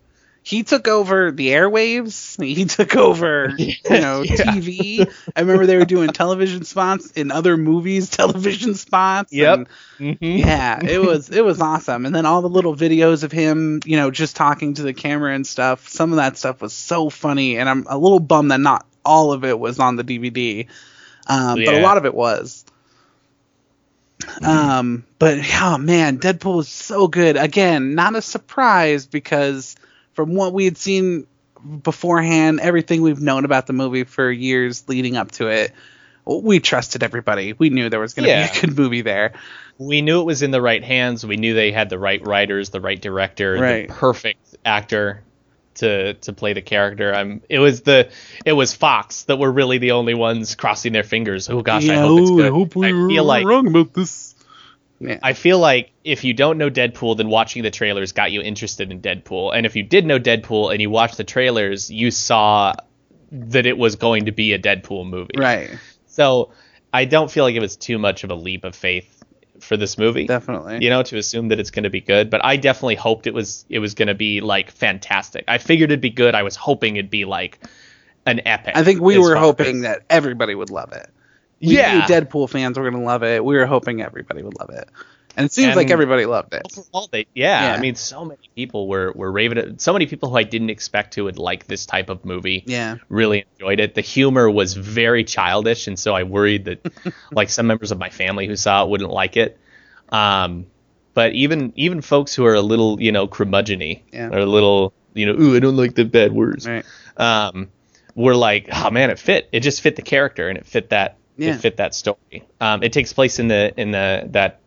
he took over the airwaves. He took over, you know, Yeah. TV. I remember they were doing television spots in other movies, television spots. Yep. and- Mhm. yeah it was it was awesome and then all the little videos of him you know just talking to the camera and stuff some of that stuff was so funny and i'm a little bummed that not all of it was on the dvd um, but a Yeah. Mm-hmm. lot of it was um, but oh man deadpool was so good again not a surprise because from what we had seen beforehand everything we've known about the movie for years leading up to it we trusted everybody we knew there was going to be Yeah. a good movie there we knew it was in the right hands. We knew they had the right writers, the right director, Right. the perfect actor to to play the character. I'm. It was the it was Fox that were really the only ones crossing their fingers. Oh gosh, I hope it's ooh, good. hope we I were feel like wrong about this. Yeah. I feel like if you don't know Deadpool, then watching the trailers got you interested in Deadpool. And if you did know Deadpool and you watched the trailers, you saw that it was going to be a Deadpool movie. right. So I don't feel like it was too much of a leap of faith for this movie. Definitely. You know, to assume that it's going to be good, but I definitely hoped it was it was going to be like fantastic. I figured it'd be good. I was hoping it'd be like an epic. I think we as were far hoping as- that everybody would love it. We yeah, knew Deadpool fans were gonna love it. We were hoping everybody would love it, and it seems like And- everybody loved it. Overall, they, yeah, Yeah. I mean, so many people were were raving. At, so many people who I didn't expect to would like this type of movie. Yeah. really enjoyed it. The humor was very childish, and so I worried that like some members of my family who saw it wouldn't like it. Um, but even even folks who are a little you know curmudgeony Yeah. or a little you know ooh I don't like the bad words Right. um, were like oh man it fit it just fit the character and it fit that Yeah. it fit that story. Um, it takes place in the in the that.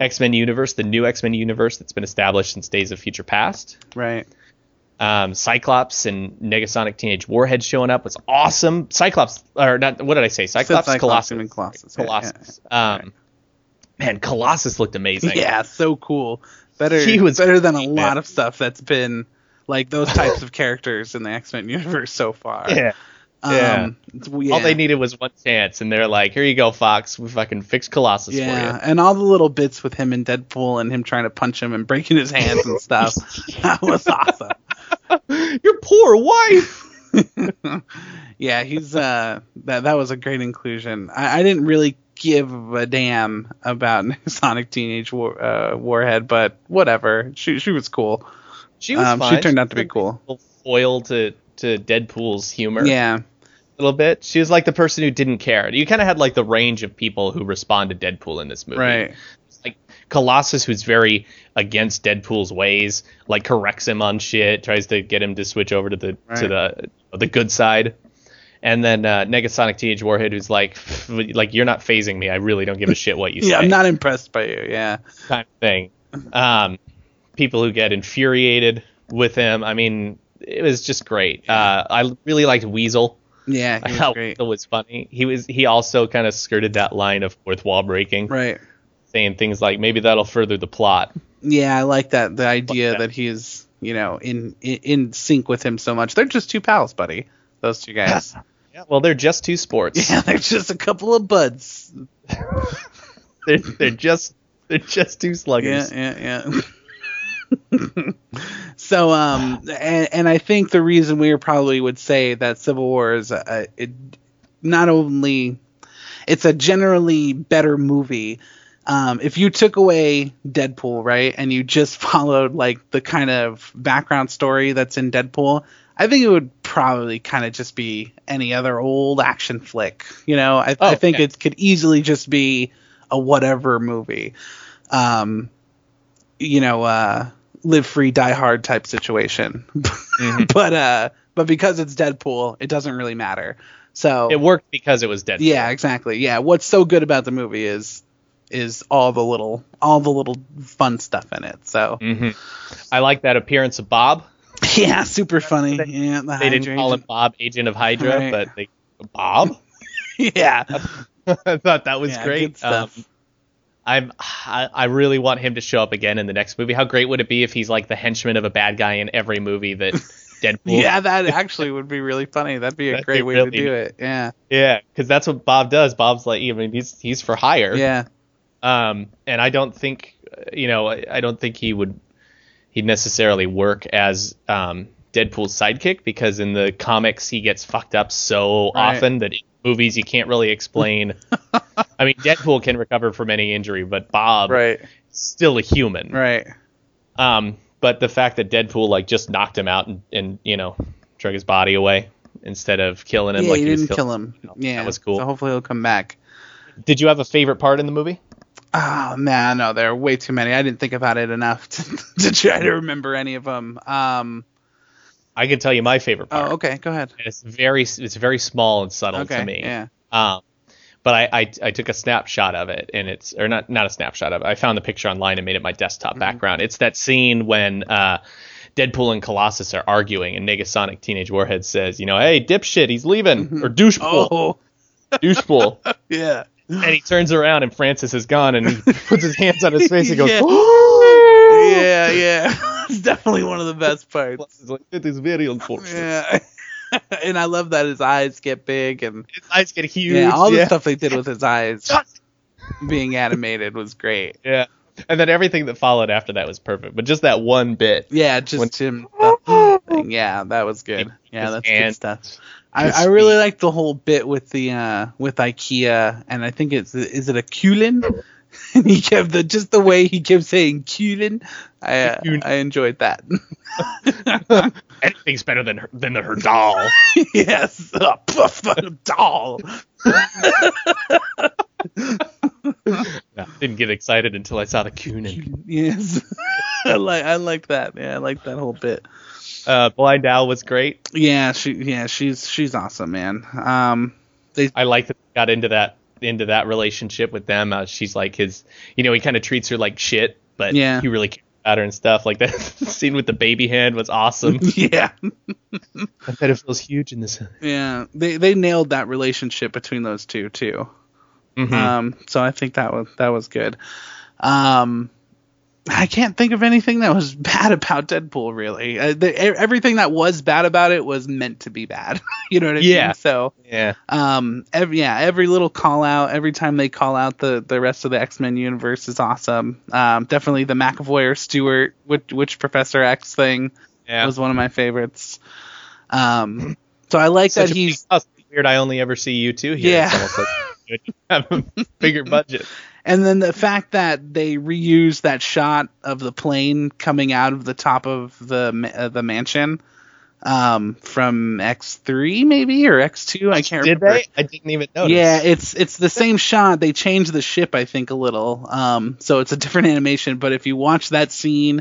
X Men universe, the new X Men universe that's been established since Days of Future Past Right. um, Cyclops and Negasonic Teenage Warhead showing up was awesome. Cyclops, or not, what did I say? Cyclops, Cyclops Colossus. and Colossus, yeah, Colossus. Um, Man, Colossus looked amazing. Yeah, so cool. Better He was better than a great, lot man. of stuff that's been like those types of characters in the X Men universe so far. Yeah. yeah. Um, it's- yeah. All they needed was one chance, and they're like, here you go, Fox. We fucking fix Colossus Yeah, for and all the little bits with him and Deadpool and him trying to punch him and breaking his hands and stuff. that was awesome. you. Your poor wife. yeah, he's uh that that was a great inclusion. I, I didn't really give a damn about Sonic Teenage War, uh, Warhead, but whatever. She she was cool. She was Um, she fine. turned out to be was a cool. little Foil to, to Deadpool's humor Yeah, a little bit. She was like the person who didn't care. You kind of had like the range of people who respond to Deadpool in this movie. right. like Colossus, who's very against Deadpool's ways, like corrects him on shit, tries to get him to switch over to the to the the good side. And then uh, Negasonic Teenage Warhead, who's like, like you're not phasing me. I really don't give a shit what you Yeah, say. I'm not impressed by you. Yeah, kind of thing. Um, people who get infuriated with him. I mean, it was just great. Uh, I really liked Weasel. yeah, I he was thought great. Weasel was funny. He was. He also kind of skirted that line of fourth wall breaking, Right. saying things like, maybe that'll further the plot. Yeah, I like that. The idea that. that he's you know in, in in sync with him so much. They're just two pals, buddy. Those two guys. Yeah, well, they're just two sports. yeah, they're just a couple of buds. they're, they're just they're just two Yeah, sluggers. yeah, yeah. so, um, and, and I think the reason we probably would say that Civil War is a, it, not only it's a generally better movie. Um, if you took away Deadpool, right, and you just followed like the kind of background story that's in Deadpool, I think it would probably kind of just be any other old action flick. You know, I, I Oh, think yeah. it could easily just be a whatever movie. Um, you know, uh, live free, die hard type situation. Mm-hmm. but uh, but because it's Deadpool, it doesn't really matter. So It worked because it was Deadpool. yeah, exactly. Yeah, what's so good about the movie is is all the little all the little fun stuff in it. So hmm I like that appearance of Bob. yeah, super funny. Mm-hmm. They- yeah, the They didn't Hydra call him agent. Bob, Agent of Hydra, Right. but they Bob. Yeah, I thought that was yeah, good great. Um, stuff. I'm I, I really want him to show up again in the next movie. How great would it be if he's like the henchman of a bad guy in every movie that Deadpool? yeah, that actually would be really funny. That'd be a That'd great be way really to do it. Yeah, yeah, because that's what Bob does. Bob's like, I mean, he's he's for hire. yeah, um, and I don't think uh, you know I I don't think he would he'd necessarily work as um, Deadpool's sidekick because in the comics he gets fucked up so Right. often that in movies you can't really explain. I mean, Deadpool can recover from any injury, but Bob right, is still a human. right. Um, but the fact that Deadpool like just knocked him out and, and you know drug his body away instead of killing him yeah, like you he was didn't kill- kill him. Yeah, was cool. So hopefully he'll come back. Did you have a favorite part in the movie? Oh man, no, there are way too many. I didn't think about it enough to, to try to remember any of them. Um, I can tell you my favorite part. oh, okay, go ahead. and it's very it's very small and subtle Okay, to me. yeah. Um, but I, I I took a snapshot of it, and it's or not not a snapshot of it. I found the picture online and made it my desktop Mm-hmm. background. It's that scene when uh, Deadpool and Colossus are arguing, and Negasonic Teenage Warhead says, you know, hey dipshit, he's leaving or douchepool, Mm-hmm. Oh, douchepool, yeah. and he turns around and Francis is gone, and he puts his hands on his face and goes. Yeah. "Oh!" yeah, yeah. it's definitely one of the best parts. Colossus is like, it is very unfortunate. Yeah. and I love that his eyes get big and His eyes get huge. yeah, all the yeah. stuff they did with his eyes. Shut being animated was great. Yeah. And then everything that followed after that was perfect, but just that one bit. Yeah, just him. The thing. Yeah, that was good. Yeah, that's good And- stuff. I, his I really like the whole bit with the uh with IKEA, and I think it's is it a Kulin? And he kept the just the way he kept saying Kulin. I uh, Kulin. I enjoyed that. Anything's better than her, than her doll. yes, a puff doll. Yeah, didn't get excited until I saw the Kunin. Yes, I like I like that. Yeah, I like that whole bit. Uh, Blind Owl was great. Yeah, she yeah she's she's awesome, man. Um, I like that he got into that into that relationship with them. Uh, she's like his, you know, he kind of treats her like shit, but Yeah. he really cares about her and stuff. Like that scene with the baby hand was awesome. yeah, I bet it feels huge in this. yeah. They they nailed that relationship between those two too. Mm-hmm. Hmm. Um, so I think that was that was good. Um, I can't think of anything that was bad about Deadpool really. Uh, the, e- everything that was bad about it was meant to be bad. you know what I Yeah. mean? So yeah. um every yeah every little call out every time they call out the the rest of the x-men universe is awesome um definitely the mcavoy or stewart which which professor x thing Yeah. was one of my favorites um so i like Such that a big he's house. Weird. I only ever see you two here. Yeah. It's almost like you have a bigger budget. and then the fact that they reused that shot of the plane coming out of the top of the ma- uh, the mansion um from x3 maybe or x2 i can't Did remember they? Oh, I didn't even notice. Yeah, it's it's the same shot. They changed the ship, I think, a little. Um, so it's a different animation. But if you watch that scene,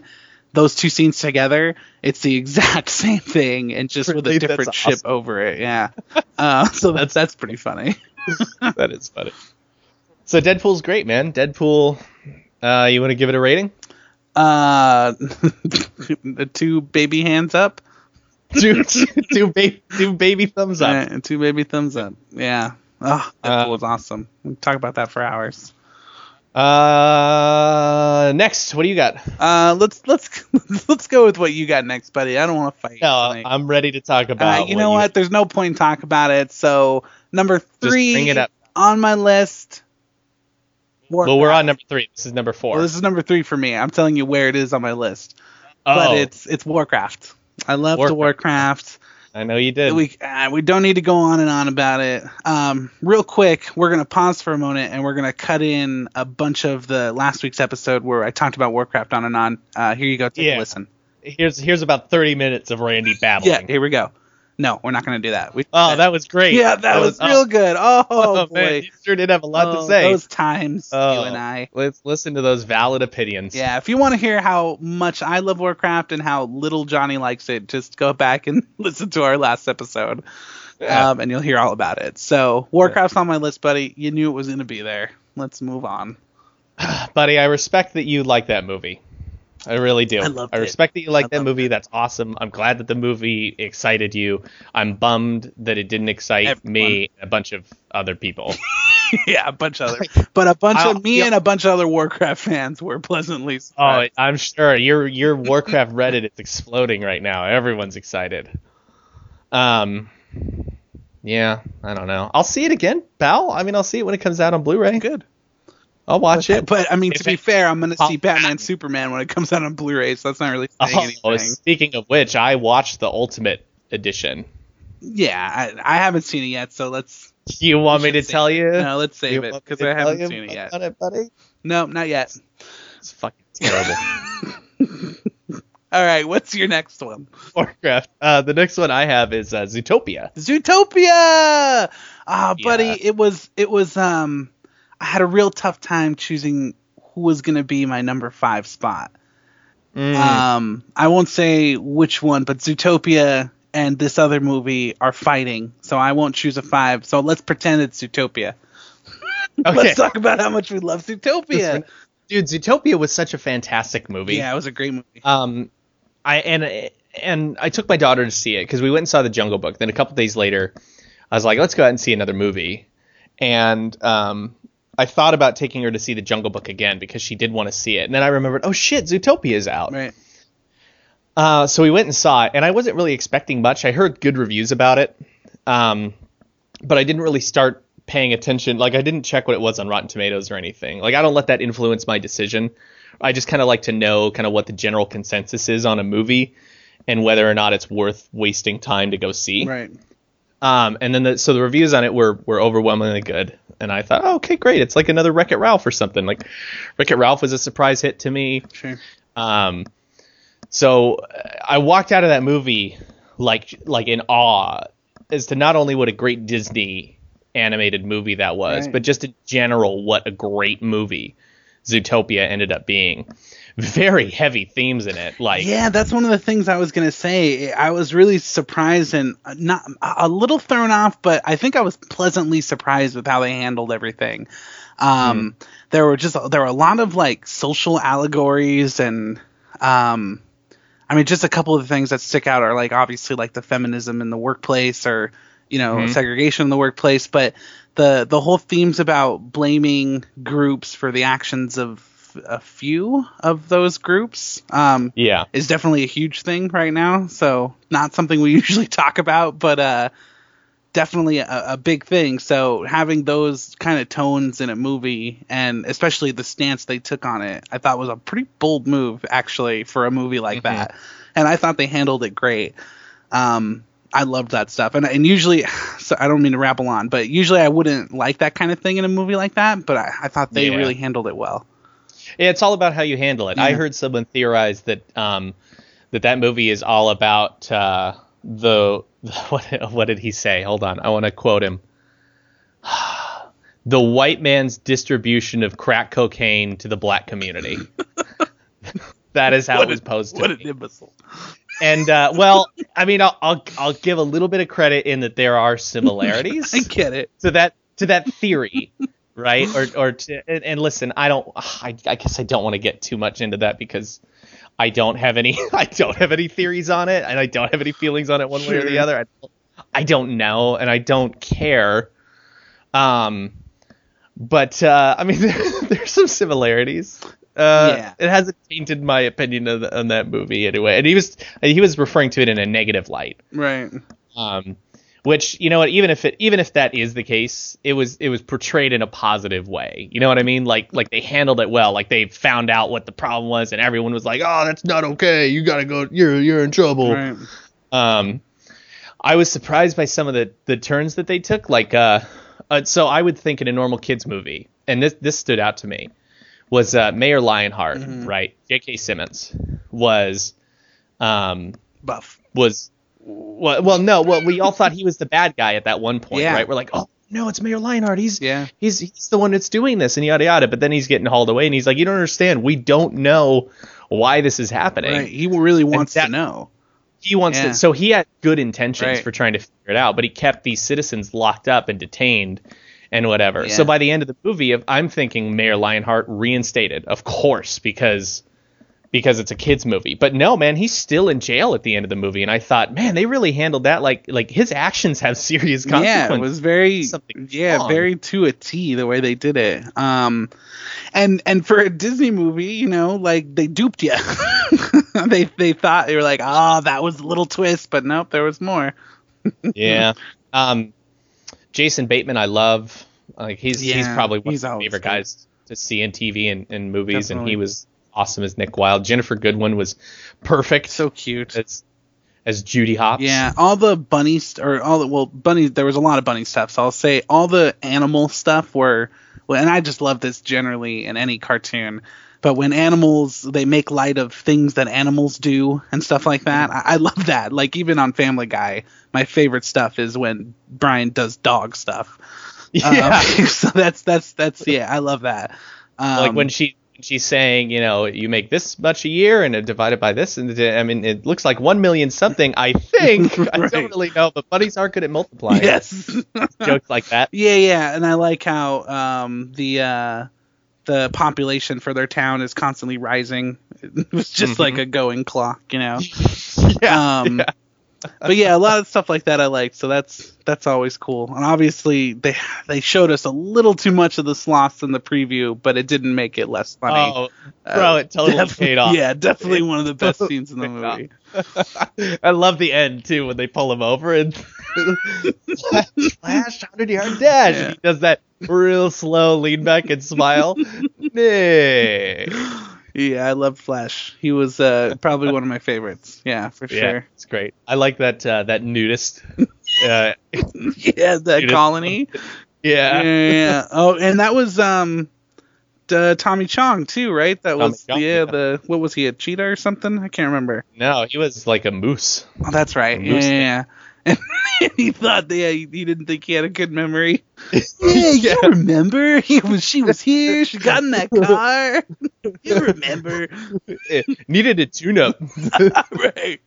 those two scenes together, it's the exact same thing, and just with Really? a That's different ship awesome. over it. Yeah. Uh, so that's that's pretty funny. that is funny. So Deadpool's great, man. Deadpool. Uh, you want to give it a rating? Uh, the two baby hands up, two, two, baby, two baby thumbs up. uh, two baby thumbs up. Yeah. Oh, that Uh, was awesome. We can talk about that for hours. Uh, next, what do you got? Uh, let's let's let's go with what you got next, buddy. I don't want to fight. No, tonight. I'm ready to talk about. Uh, you know what? There's no point in talk about it. So number three bring it up. on my list. War- Well, we're on number three. This is number four. Well, this is number three for me. I'm telling you where it is on my list. oh, But it's it's Warcraft. I love the Oh, Warcraft. I know you did. We uh, we don't need to go on and on about it. Um, real quick, we're gonna pause for a moment and we're gonna cut in a bunch of the last week's episode where I talked about Warcraft on and on. Uh, here you go. Take Yeah. a listen. here's here's about 30 minutes of Randy Yeah, babbling. here we go. No, we're not gonna do that. We, oh, that was great. yeah, that, was, real good. Oh, Oh, boy. man, you sure did have a lot Oh, to say. Those times, Oh. you and I. Let's listen to those valid opinions. Yeah, if you want to hear how much I love Warcraft and how little Johnny likes it, just go back and listen to our last episode, Yeah. um, and you'll hear all about it. So Warcraft's on my list, buddy. You knew it was gonna be there. Let's move on. buddy, I respect that you like that movie. I really do. I loved I it. respect that you like I that loved movie. That's awesome. I'm glad that the movie excited you. I'm bummed that it didn't excite me and a bunch of other people. yeah, a bunch of other, but a bunch I'll- of me yeah. and a bunch of other Warcraft fans were pleasantly oh, surprised. I'm sure your your Warcraft Reddit is exploding right now. Everyone's excited. Um yeah, I don't know. I'll see it again, pal. I mean, I'll see it when it comes out on Blu-ray. good. I'll watch it. But I mean, If to be it- fair, I'm gonna see I'll- Batman Superman when it comes out on Blu-ray, so that's not really saying anything. Oh, speaking of which, I watched the Ultimate Edition. Yeah, I, I haven't seen it yet, so let's Do you want me to save tell you? No, let's You save it want because me to I tell haven't you seen it yet. about it, buddy? No, not yet. It's fucking terrible. All right, what's your next one? Warcraft. Uh, the next one I have is uh, Zootopia. Zootopia. Ah, buddy, Yeah. it was it was um I had a real tough time choosing who was going to be my number 5 spot. Mm. Um I won't say which one, but Zootopia and this other movie are fighting, so I won't choose a 5. So let's pretend it's Zootopia. okay, Let's talk about how much we love Zootopia. dude, Zootopia was such a fantastic movie. Yeah, it was a great movie. Um, I and and I took my daughter to see it because we went and saw the Jungle Book. Then a couple days later, I was like, let's go out and see another movie. And um, I thought about taking her to see the Jungle Book again because she did want to see it. And then I remembered, oh shit, Zootopia is out. Right. Uh, so we went and saw it, and I wasn't really expecting much. I heard good reviews about it, um, but I didn't really start paying attention. Like I didn't check what it was on Rotten Tomatoes or anything. Like I don't let that influence my decision. I just kind of like to know kind of what the general consensus is on a movie and whether or not it's worth wasting time to go see. Right. Um, and then the, so the reviews on it were were overwhelmingly good, and I thought, oh, okay, great, it's like another Wreck It Ralph or something. Like Wreck It Ralph was a surprise hit to me. Sure. Um, so uh, I walked out of that movie like like in awe as to not only what a great Disney animated movie that was, Right. but just in general what a great movie Zootopia ended up being. Very heavy themes in it, like Yeah, that's one of the things I was gonna say. I was really surprised and uh, not a little thrown off, but I think I was pleasantly surprised with how they handled everything. Um, There were just there were a lot of like social allegories and um, I mean, just a couple of the things that stick out are like obviously like the feminism in the workplace or you know Mhm. segregation in the workplace, but the the whole themes about blaming groups for the actions of a few of those groups um, yeah. is definitely a huge thing right now. So not something we usually talk about, but uh, definitely a, a big thing. So having those kind of tones in a movie, and especially the stance they took on it, I thought was a pretty bold move actually for a movie like Mhm. that. And I thought they handled it great. Um, I loved that stuff, and and usually, so I don't mean to rabble on, but usually I wouldn't like that kind of thing in a movie like that. But I, I thought they Yeah. really handled it well. Yeah, it's all about how you handle it. I Yeah. heard someone theorize that um, that that movie is all about uh, the what what did he say? Hold on, I want to quote him. the white man's distribution of crack cocaine to the black community. that is how it was posed. What to an me. imbecile! And uh, well, I mean, I'll, I'll I'll give a little bit of credit in that there are similarities I get it. to that to that theory right or or to, and, and listen i don't I, I guess i don't want to get too much into that because i don't have any i don't have any theories on it and i don't have any feelings on it one way or the Sure. other I, don't- I don't know and i don't care um but uh i mean there's some similarities uh, Yeah. it hasn't tainted my opinion of the, on that movie anyway, and he was he was referring to it in a negative light, Right. um, which you know what even if it even if that is the case it was it was portrayed in a positive way you know what i mean like like they handled it well like they found out what the problem was and everyone was like oh that's not okay you gotta go you're you're in trouble Right. um i was surprised by some of the the turns that they took like uh, uh so i would think in a normal kids movie and this this stood out to me was uh mayor lionheart right j.k simmons was um Buff. was well, well no well we all thought he was the bad guy at that one point Yeah. right we're like oh no it's mayor lionheart he's Yeah. he's he's the one that's doing this and yada yada but then he's getting hauled away and he's like you don't understand we don't know why this is happening Right. He really wants that- to know. he wants Yeah. to so he had good intentions Right. for trying to figure it out but he kept these citizens locked up and detained and whatever so Yeah. by the end of the movie if- i'm thinking mayor lionheart reinstated of course because because it's a kids movie but no man he's still in jail at the end of the movie and i thought man they really handled that like like his actions have serious consequences Yeah, it was very Something yeah, wrong. very to a T the way they did it. Um and and for a Disney movie, you know, like they duped you. they they thought they were like, "Ah, that was a little twist," but nope, there was more. Hmm. yeah um jason bateman i love like he's he's Yeah, probably one he's of my always favorite good. guys to see in tv and, and movies and Definitely. he was awesome as nick wilde jennifer goodwin was perfect So cute. as as judy hopps Yeah, all the bunny st- or all the well bunny there was a lot of bunny stuff, so I'll say all the animal stuff were well and I just love this generally in any cartoon. But when animals they make light of things that animals do and stuff like that. I, I love that. Like even on Family Guy, my favorite stuff is when Brian does dog stuff. Um, yeah so that's that's that's yeah, I love that. Um, like when she she's saying you know you make this much a year and it divided by this and it- i mean it looks like one million something i think i don't Right. really know but buddies aren't good at multiplying Um, Yes. jokes like that Yeah, yeah, and I like how um, the uh, the population for their town is constantly rising. It was just Mhm. like a going clock, you know. yeah Um, but yeah, a lot of stuff like that I liked, so that's that's always cool. And obviously they they showed us a little too much of the sloths in the preview, but it didn't make it less funny. oh bro it totally Definitely- paid off Yeah, definitely one of the best scenes in the Paid off. movie. I love the end too when they pull him over and Flash, 100 yard dash. Yeah. He does that real slow lean back and smile. Nick. Yeah, I love Flash. He was uh, probably one of my favorites. Yeah, for Yeah, sure. it's great. I like that uh, that nudist. Uh, Yeah, the Dude, it's- colony. Yeah. yeah. yeah. Oh, and that was um, uh, Tommy Chong too, right? That Tommy was Chong, yeah, yeah. The what was he a cheetah or something? I can't remember. No, he was like a moose. Oh, that's right. Yeah, Moose. yeah. yeah. And he thought yeah, he, he didn't think he had a good memory. Yeah, you remember? He was she was here. She got in that car. you remember? Eh, Needed a tune up. right.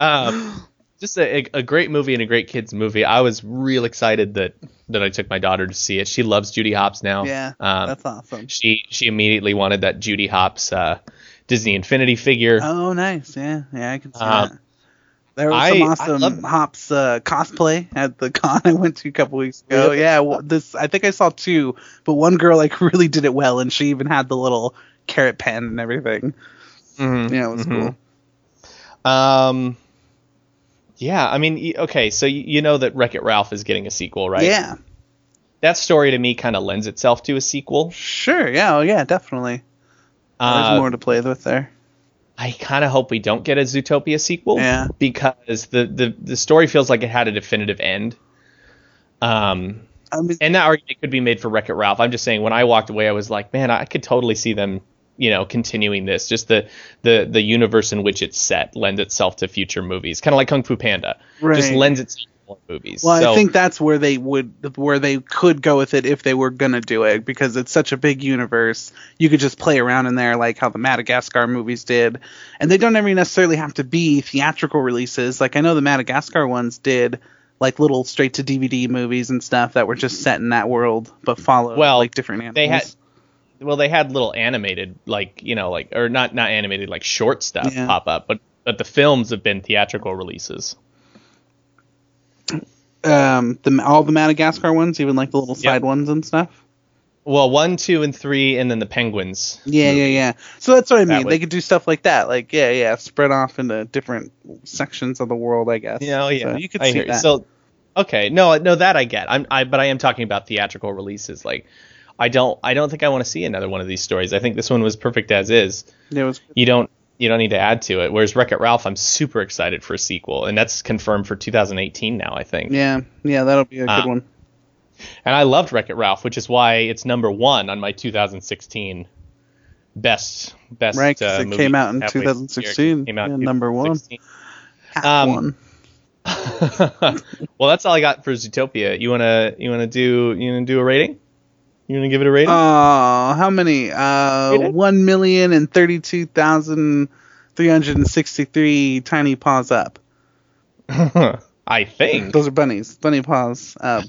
Um, just a, a great movie and a great kids movie. I was real excited that that I took my daughter to see it. She loves Judy Hopps now. Yeah, Um, that's awesome. she she immediately wanted that Judy Hopps uh, Disney Infinity figure. Oh, nice. Yeah, yeah, I can see Um, that. There was I- some I awesome love- hops uh, cosplay at the con I went to a couple weeks ago. Really? Yeah, well, this I think I saw two, but one girl like really did it well, and she even had the little carrot pen and everything. Mhm. Yeah, it was Mhm. cool. Um, yeah, I mean, y- okay, so y- you know that Wreck It Ralph is getting a sequel, right? Yeah, That story to me kind of lends itself to a sequel. sure. Yeah, oh yeah, definitely. Oh, There's Uh, more to play with there. I kind of hope we don't get a Zootopia sequel. Yeah. Because the, the, the story feels like it had a definitive end. Um, I mean, and that argument could be made for Wreck It Ralph. I'm just saying, when I walked away, I was like, man, I could totally see them, you know, continuing this. Just the the the universe in which it's set lends itself to future movies, kind of like Kung Fu Panda. Just Right. lends itself to more movies. Well, So- I think that's where they would, where they could go with it if they were gonna do it, because it's such a big universe. You could just play around in there, like how the Madagascar movies did, and they don't ever necessarily have to be theatrical releases. Like I know the Madagascar ones did, like little straight to DVD movies and stuff that were just set in that world, but followed Mm-hmm. Well, like different animals. they well, they had little animated, like you know, like or not not animated, like short stuff Yeah. pop up, but but the films have been theatrical releases. um the all the Madagascar ones, even like the little Yeah. side ones and stuff. Well, one, two, and three, and then the Penguins. Yeah, yeah, yeah. So that's what I That mean. way. They could do stuff like that. Like, yeah, yeah, spread off into different sections of the world, I guess. Yeah, oh, yeah. So you could I see hear you. that. So, okay, no, no, that I get. I'm, I, but I am talking about theatrical releases. Like, I don't, I don't think I want to see another one of these stories. I think this one was perfect as is. There was You don't, you don't need to add to it. Whereas Wreck It Ralph, I'm super excited for a sequel, and that's confirmed for 2018 now, I think. yeah, yeah, that'll be a Ah. good one. And I loved Wreck It Ralph, which is why it's number one on my 2016 best best Right, 'cause uh, it movie came out in halfway through the year. 2016. Came out in Yeah, number one. 2016. Half Um, one. well, that's all I got for Zootopia. You wanna you wanna do you wanna do a rating? You wanna give it a rating? Oh, how many? Uh, Rated? one million and thirty-two thousand three hundred and sixty-three tiny paws up. I think. Those are bunnies. Bunny paws up.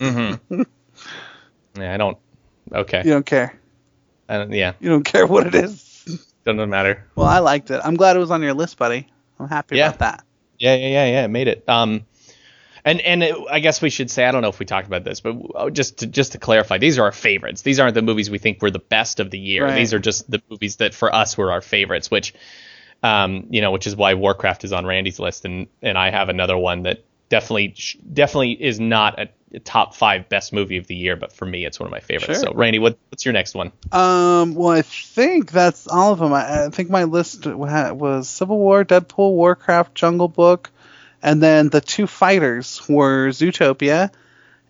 hmm yeah, I don't. Okay. You don't care. I don't, yeah, You don't care what it is. doesn't matter. Well, I liked it. I'm glad it was on your list, buddy. I'm happy Yeah. about that. Yeah, yeah, yeah, yeah. It made it. Um, and and it, I guess we should say I don't know if we talked about this, but uh, just to, just to clarify, these are our favorites. These aren't the movies we think were the best of the year. Right. These are just the movies that for us were our favorites, which, um, you know, which is why Warcraft is on Randy's list, and and I have another one that definitely sh- definitely is not a, a top five best movie of the year, but for me, it's one of my favorites. So, Sure. Randy, what what's your next one? Um. Well, I think that's all of them. I, I think my list wa- was Civil War, Deadpool, Warcraft, Jungle Book, and then the two fighters were Zootopia,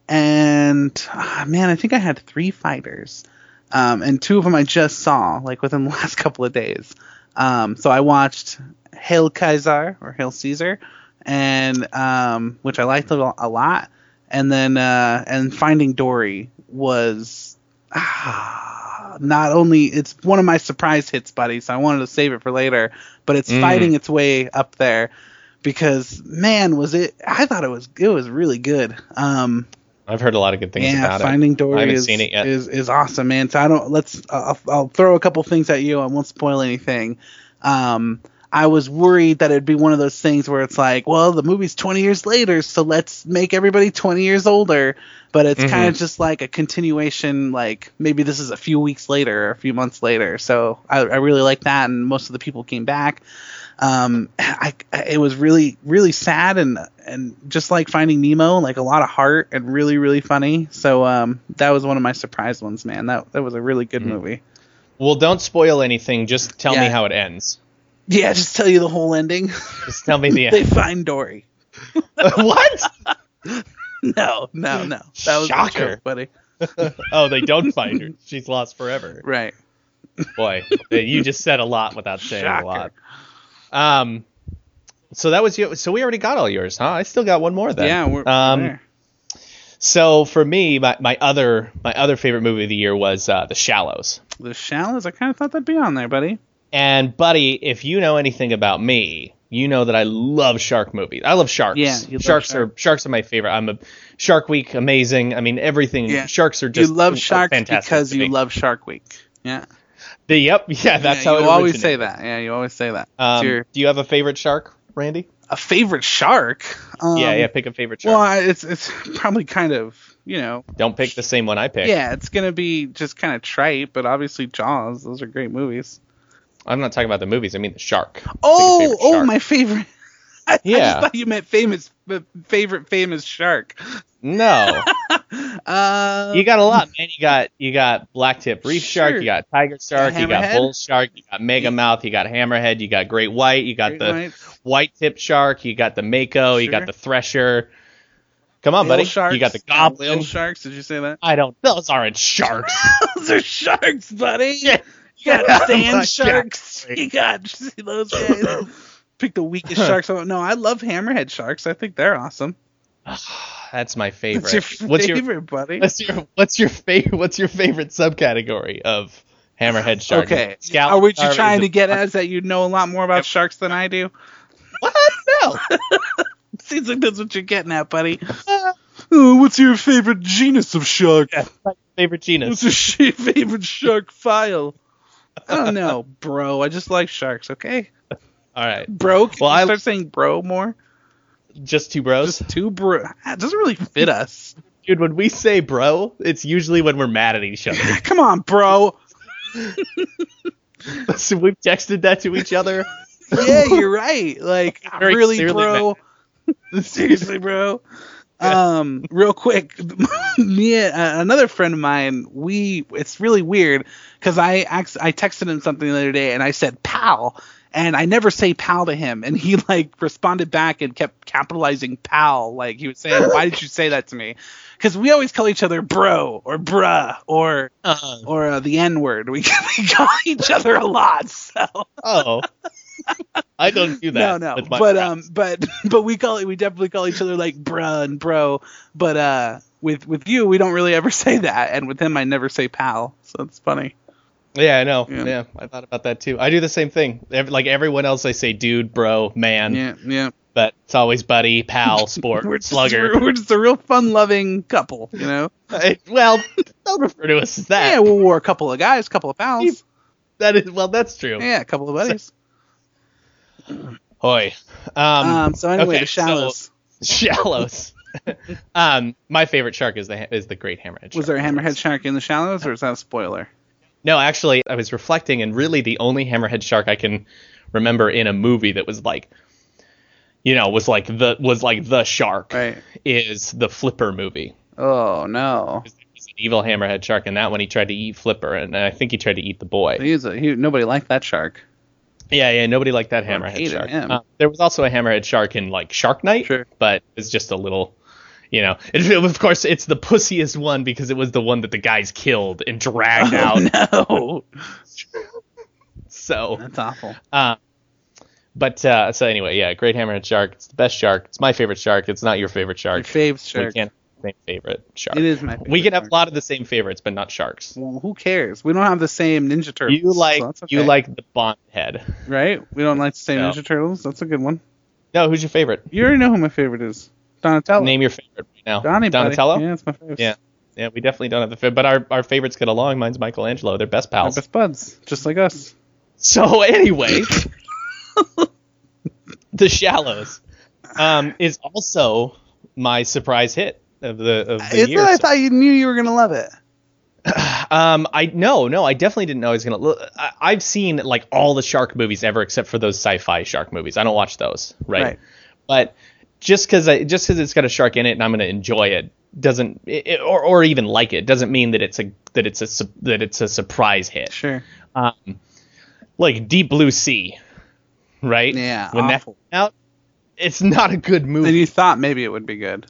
and ah, man, I think I had three fighters, um, and two of them I just saw like within the last couple of days. Um, so I watched Hail Caesar or Hail Caesar, and um, which I liked a lo- a lot, and then uh, and Finding Dory was ah, not only it's one of my surprise hits, buddy. So I wanted to save it for later, but it's Mm. fighting its way up there because man, was it! I thought it was it was really good. Um, I've heard a lot of good things yeah, about it. Finding Dory I haven't is, seen it yet. is is awesome, man. So I don't let's uh, I'll, I'll throw a couple things at you. I won't spoil anything. Um, I was worried that it'd be one of those things where it's like, well, the movie's 20 years later, so let's make everybody 20 years older. But it's kind Mm-hmm. of just like a continuation, like maybe this is a few weeks later or a few months later. So I, I really like that, and most of the people came back. um, I, I- it was really really sad and and just like Finding Nemo, like a lot of heart and really really funny. So um, that was one of my surprise ones, man. That that was a really Mm-hmm. good movie. Well, don't spoil anything. Just tell me Yeah. how it ends. Yeah, just tell you the whole ending. Just tell me the they end. find Dory. what? No, no, no. That was a Shocker. joke, buddy. Oh, they don't find her. She's lost forever. Right. Boy, you just said a lot without saying Shocker. a lot. Um, so that was you. So we already got all yours, huh? I still got one more then. Yeah, we're, we're um, there. So for me, my, my other my other favorite movie of the year was uh, The Shallows. The shallows. I kind of thought that'd be on there, buddy. And buddy, if you know anything about me, you know that I love shark movies. I love sharks. Yeah, you love sharks shark- are sharks are my favorite. I'm a Shark Week, amazing. I mean, everything. Yeah. Sharks are just you love are sharks fantastic because to you me. love Shark Week. Yeah. The, yep, yeah, that's yeah, how you it always originated. say that. Yeah, you always say that. It's Um, your- Do you have a favorite shark, Randy? a favorite shark. Um, yeah, yeah. Pick a favorite shark. Well, I- it's it's probably kind of you know Don't pick the same one I picked. yeah it's gonna be just kind of trite, but obviously Jaws. Those are great movies. I'm not talking about the movies. I mean the shark. Pick a Oh favorite oh shark. my favorite. I, I Yeah. just thought you meant famous f- favorite famous shark. No, Uh, you got a lot, man. You got you got blacktip reef shark. Sure. You got tiger shark. You got hammerhead. bull shark. You got mega Yeah. mouth. You got hammerhead. You got great white. You got great the whites. white tip shark. You got the mako. You got Sure. the thresher. Come on, Whale buddy. Sharks, You got the uh, goblin. Whale sharks? Did you say that? I don't. Those aren't sharks. Those are sharks, buddy. Yeah. You got Yeah. sand sharks. Yeah. You got see those guys. Pick the weakest sharks. Oh, no, I love hammerhead sharks. I think they're awesome. That's my favorite. That's your favorite, what's your buddy. what's your what's your favorite what's your favorite subcategory of hammerhead shark? Okay. Scout Are we you shark is trying a- to get at is that you know a lot more about sharks than I do? What? No. Seems like that's what you're getting at, buddy. Oh, what's your favorite genus of shark? favorite What's genus. your sh- favorite shark file? I don't know, bro. I just like sharks, okay? All right. Bro, can Well, you I- start saying bro more? Just two bros. Just two bro. It doesn't really fit us. Dude, when we say bro, it's usually when we're mad at each other. Come on, bro. so we've texted that to each other. Yeah, you're right. Like Very really, clearly bro. Seriously, bro. Um, real quick, me and uh, another friend of mine, we it's really weird because I ax- I texted him something the other day and I said pal, and I never say pal to him, and he like responded back and kept capitalizing pal, like he was saying, why did you say that to me? Because we always call each other bro or bruh or Uh, or uh, the n word. We, we call each other a lot, so. oh. I don't do No, that. no, with my but friends. um, but but we call it. We definitely call each other like bruh and bro. But uh, with with you, we don't really ever say that, and with him, I never say pal. So it's funny. Yeah, I know. Yeah. Yeah. I thought about that too. I do the same thing. Ev- like everyone else, I say dude, bro, man, Yeah, yeah. but it's always buddy, pal, sport, We're just, slugger. We're, we're just a real fun-loving couple, you know. Eh, well, don't refer to us as that. Yeah, well, we're a couple of guys, couple of pals. that is well, that's true. Yeah, a couple of buddies. Hoy. Um, Um. So anyway, okay, the shallows. shallows. um, my favorite shark is the ha- is the great hammerhead. Shark. was there a hammerhead shark in the shallows, or is that a spoiler? No, actually, I was reflecting, and really the only hammerhead shark I can remember in a movie that was like, you know, was like the was like the shark Right. is the Flipper movie. Oh no. He's an evil hammerhead shark, and that one he tried to eat Flipper, and I think he tried to eat the boy. He's a, he, nobody liked that shark. Yeah, yeah, nobody liked that Everyone hammerhead hated shark. him. Uh, there was also a hammerhead shark in like Shark Night, Sure. but it's just a little, you know. It, it- of course, it's the pussiest one because it was the one that the guys killed and dragged out. Oh, no. So. That's awful. Uh, but uh, so anyway, yeah, great hammerhead shark. It's the best shark. It's my favorite shark. It's not your favorite shark. Your fave We shark. can't have the same favorite shark. It is my favorite we can have shark. a lot of the same favorites, but not sharks. Well, who cares? We don't have the same Ninja Turtles. You like so that's okay. you like the Bond head. right? We don't like the same No. Ninja Turtles. That's a good one. No, who's your favorite? You already know who my favorite is. Donatello. Name your favorite right now. Oh. Donnie, buddy. Donatello. Yeah, that's my favorite. Yeah. Yeah, we definitely don't have the favorite, but our, our favorites get along. Mine's Michelangelo. They're best They're pals. best buds, just like us. So anyway, The Shallows um, is also my surprise hit of the of the It's year. that I so- thought you knew you were gonna love it. Um, I no, no, I definitely didn't know I was gonna. Look, I, I've seen like all the shark movies ever, except for those sci-fi shark movies. I don't watch those, right? Right. But just because just because it's got a shark in it and I'm gonna enjoy it doesn't, it, it- or or even like it doesn't mean that it's a that it's a su- that it's a surprise hit. Sure. Like Deep Blue Sea, right? Yeah, When awful. that came out, it's not a good And movie. you thought maybe it would be good.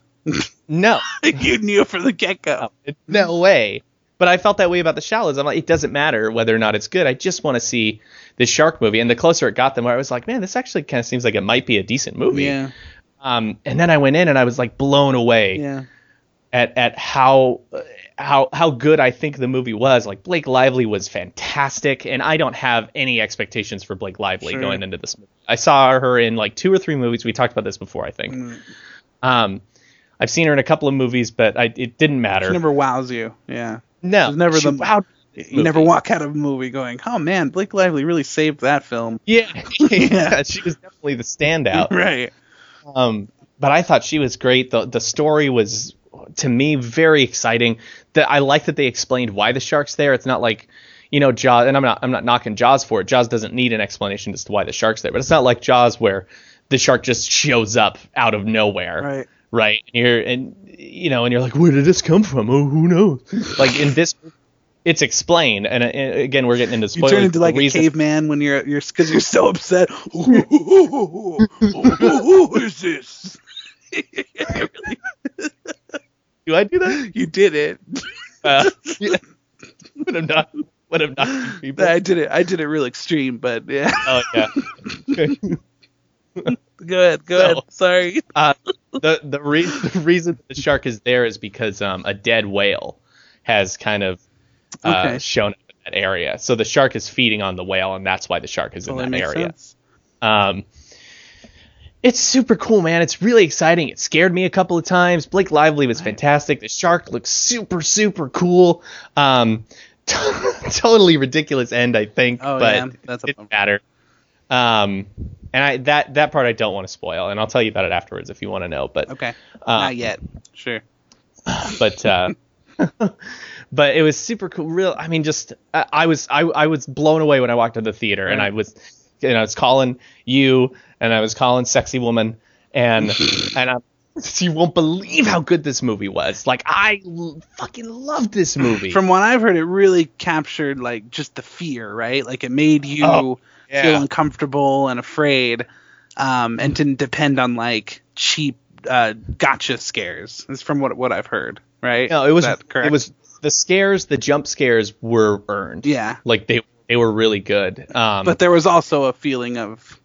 no. you knew from the get go. Oh, no way. But I felt that way about the shallows. I'm like, it doesn't matter whether or not it's good. I just want to see this shark movie. And the closer it got, the more I was like, man, this actually kind of seems like it might be a decent movie. Yeah. Um, and then I went in and I was like blown away Yeah. at at how how how good I think the movie was. Like Blake Lively was fantastic, and I don't have any expectations for Blake Lively Sure. going into this movie. I saw her in like two or three movies. We talked about this before, I think. Mm. Um, I've seen her in a couple of movies, but I, it didn't matter. She never wows you. Yeah. no, she's never she the- wowed You never movie. walk out of a movie going, "Oh man, Blake Lively really saved that film." Yeah, yeah, she was definitely the standout. Right. Um, but I thought she was great. the The story was, to me, very exciting. That I like that they explained why the shark's there. It's not like, you know, Jaws, and I'm not I'm not knocking Jaws for it. Jaws doesn't need an explanation as to why the shark's there. But it's not like Jaws where the shark just shows up out of nowhere. Right. Right. And you're and you know, and you're like, where did this come from? Oh, who knows? like in this. It's explained, and, uh, and again, we're getting into You spoilers. turn into The like a reason- caveman when you're you're because you're so upset. Who is this? Do I do that? you did it. uh, yeah. when I'm not when I'm not people. I did it. I did it real extreme, but yeah. Oh yeah. Go ahead. Go ahead. No. Sorry. Uh, the the, re- the reason the shark is there is because um, a dead whale has kind of uh, Okay. shown up in that area. So the shark is feeding on the whale, and that's why the shark is in Well, that that makes area. sense. Um, it's super cool, man. It's really exciting. It scared me a couple of times. Blake Lively was fantastic. The shark looks super, super cool. Um, totally ridiculous end, I think. Oh, but yeah, that's a it bummer. didn't matter. Um, and I that that part I don't want to spoil, and I'll tell you about it afterwards if you want to know. But Okay. Uh, Not yet. Sure. but uh, but it was super cool. Real, I mean, just I, I was I, I was blown away when I walked to the theater, and I Right. was and I was calling you, and I was calling sexy woman, and and I. You won't believe how good this movie was. Like I l- fucking loved this movie. From what I've heard, it really captured like just the fear, right? Like it made you Oh, yeah. feel uncomfortable and afraid, um, and didn't depend on like cheap uh, gotcha scares. Is from what what I've heard, right? no, it was Is that correct? it was the scares, the jump scares were earned. yeah, like they they were really good. Um, but there was also a feeling of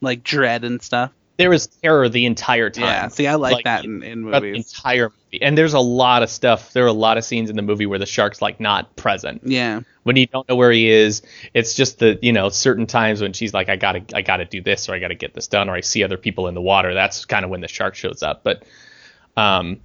like dread and stuff. there was terror the entire time. Yeah, see, I like, Like, that in, in throughout the movies. entire movie. And there's a lot of stuff. There are a lot of scenes in the movie where the shark's like not present Yeah, when you don't know where he is. It's just the you know certain times when she's like, I gotta I gotta do this or I gotta get this done or I see other people in the water. That's kind of when the shark shows up. But um,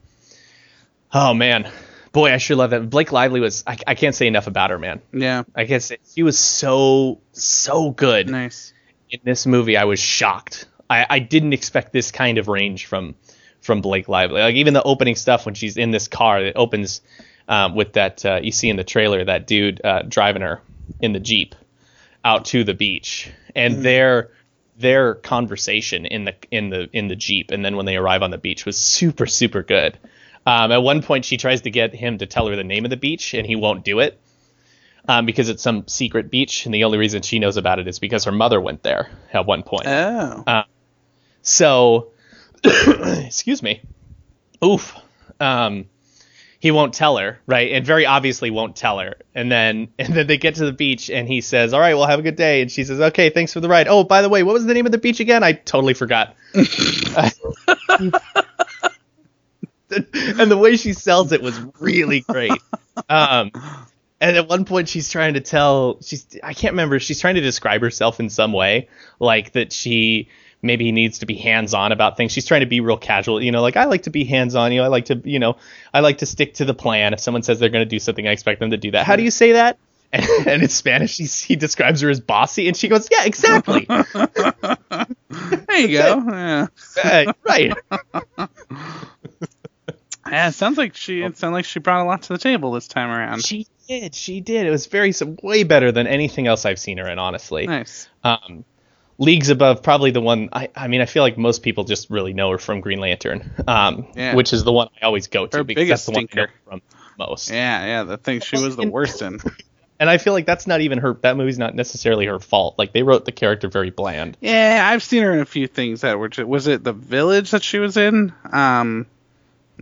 oh man, boy, I sure love that. Blake Lively was I, I can't say enough about her, man. yeah, I can't say she was so so good nice. in this movie I was shocked. I, I didn't expect this kind of range from from Blake Lively. Like even the opening stuff when she's in this car, it opens um, with that uh, you see in the trailer that dude uh, driving her in the jeep out to the beach, and their their conversation in the in the in the jeep, and then when they arrive on the beach was super super good. Um, at one point, she tries to get him to tell her the name of the beach, and he won't do it um, because it's some secret beach, and the only reason she knows about it is because her mother went there at one point. Oh, So, excuse me. Oof. Um, he won't tell her, right? And very obviously won't tell her. And then and then they get to the beach, and he says, "All right, well, have a good day." And she says, "Okay, thanks for the ride." Oh, by the way, what was the name of the beach again? I totally forgot. and the way she sells it was really great. Um, and at one point she's trying to tell she's I can't remember she's trying to describe herself in some way like that she maybe needs to be hands on about things. She's trying to be real casual, you know, like I like to be hands on, you know, I like to, you know, I like to stick to the plan. If someone says they're going to do something, I expect them to do that. How do you say that? And, and in Spanish, he, he describes her as bossy, and she goes, "Yeah, exactly, there you go. Yeah. Uh, right." Yeah, it sounds like she. It sounds like she brought a lot to the table this time around. Oh. She did. She did. It was very way better than anything else I've seen her in. Honestly, Nice. um, leagues above probably the one. I, I mean, I feel like most people just really know her from Green Lantern, um, Yeah. which is the one I always go to Her because that's biggest the one I know stinker. from most. Yeah, yeah. The thing she was the worst in. And I feel like that's not even her. That movie's not necessarily her fault. Like they wrote the character very bland. Yeah, I've seen her in a few things that were. Just, was it the village that she was in? Um,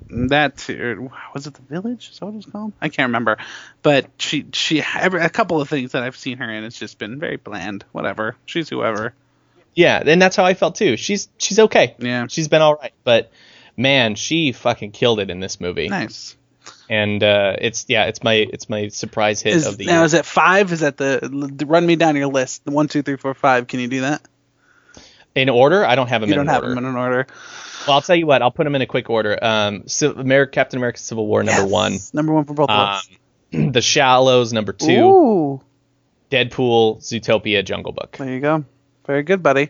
that or was it the village? Is that what it was called? I can't remember. But she she every, a couple of things that I've seen her in, it's just been very bland. Whatever. She's whoever. Yeah, and that's how I felt too. She's she's okay. Yeah. she's been all right, but man, she fucking killed it in this movie. Nice. And uh, it's yeah, it's my it's my surprise hit Is, of the now year. is that five? Is that the l- run me down your list? The one, two, three, four, five. Can you do that? in order, I don't have them You in don't have order. them in an order. Well, I'll tell you what. I'll put them in a quick order. Um, Civ- Ameri- Captain America: Civil War number Yes. one. Number one for both of Um, us. the Shallows number two. Ooh, Deadpool, Zootopia, Jungle Book. there you go. Very good, buddy.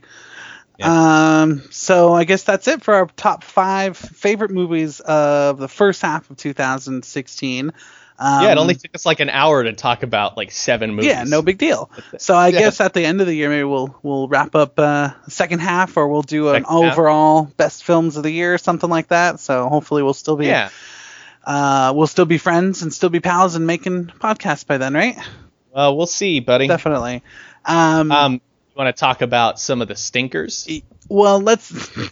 Um, so I guess that's it for our top five favorite movies of the first half of 2016. Um, yeah, it only took us like an hour to talk about like seven movies. Um, yeah, no big deal. So I Yeah. guess at the end of the year, maybe we'll we'll wrap up uh, second half, or we'll do an Second half. overall best films of the year, or something like that. So hopefully we'll still be Yeah, uh, we'll still be friends and still be pals and making podcasts by then, right? uh, we'll see, buddy. Definitely. Um, Um, you want to talk about some of the stinkers e- well, let's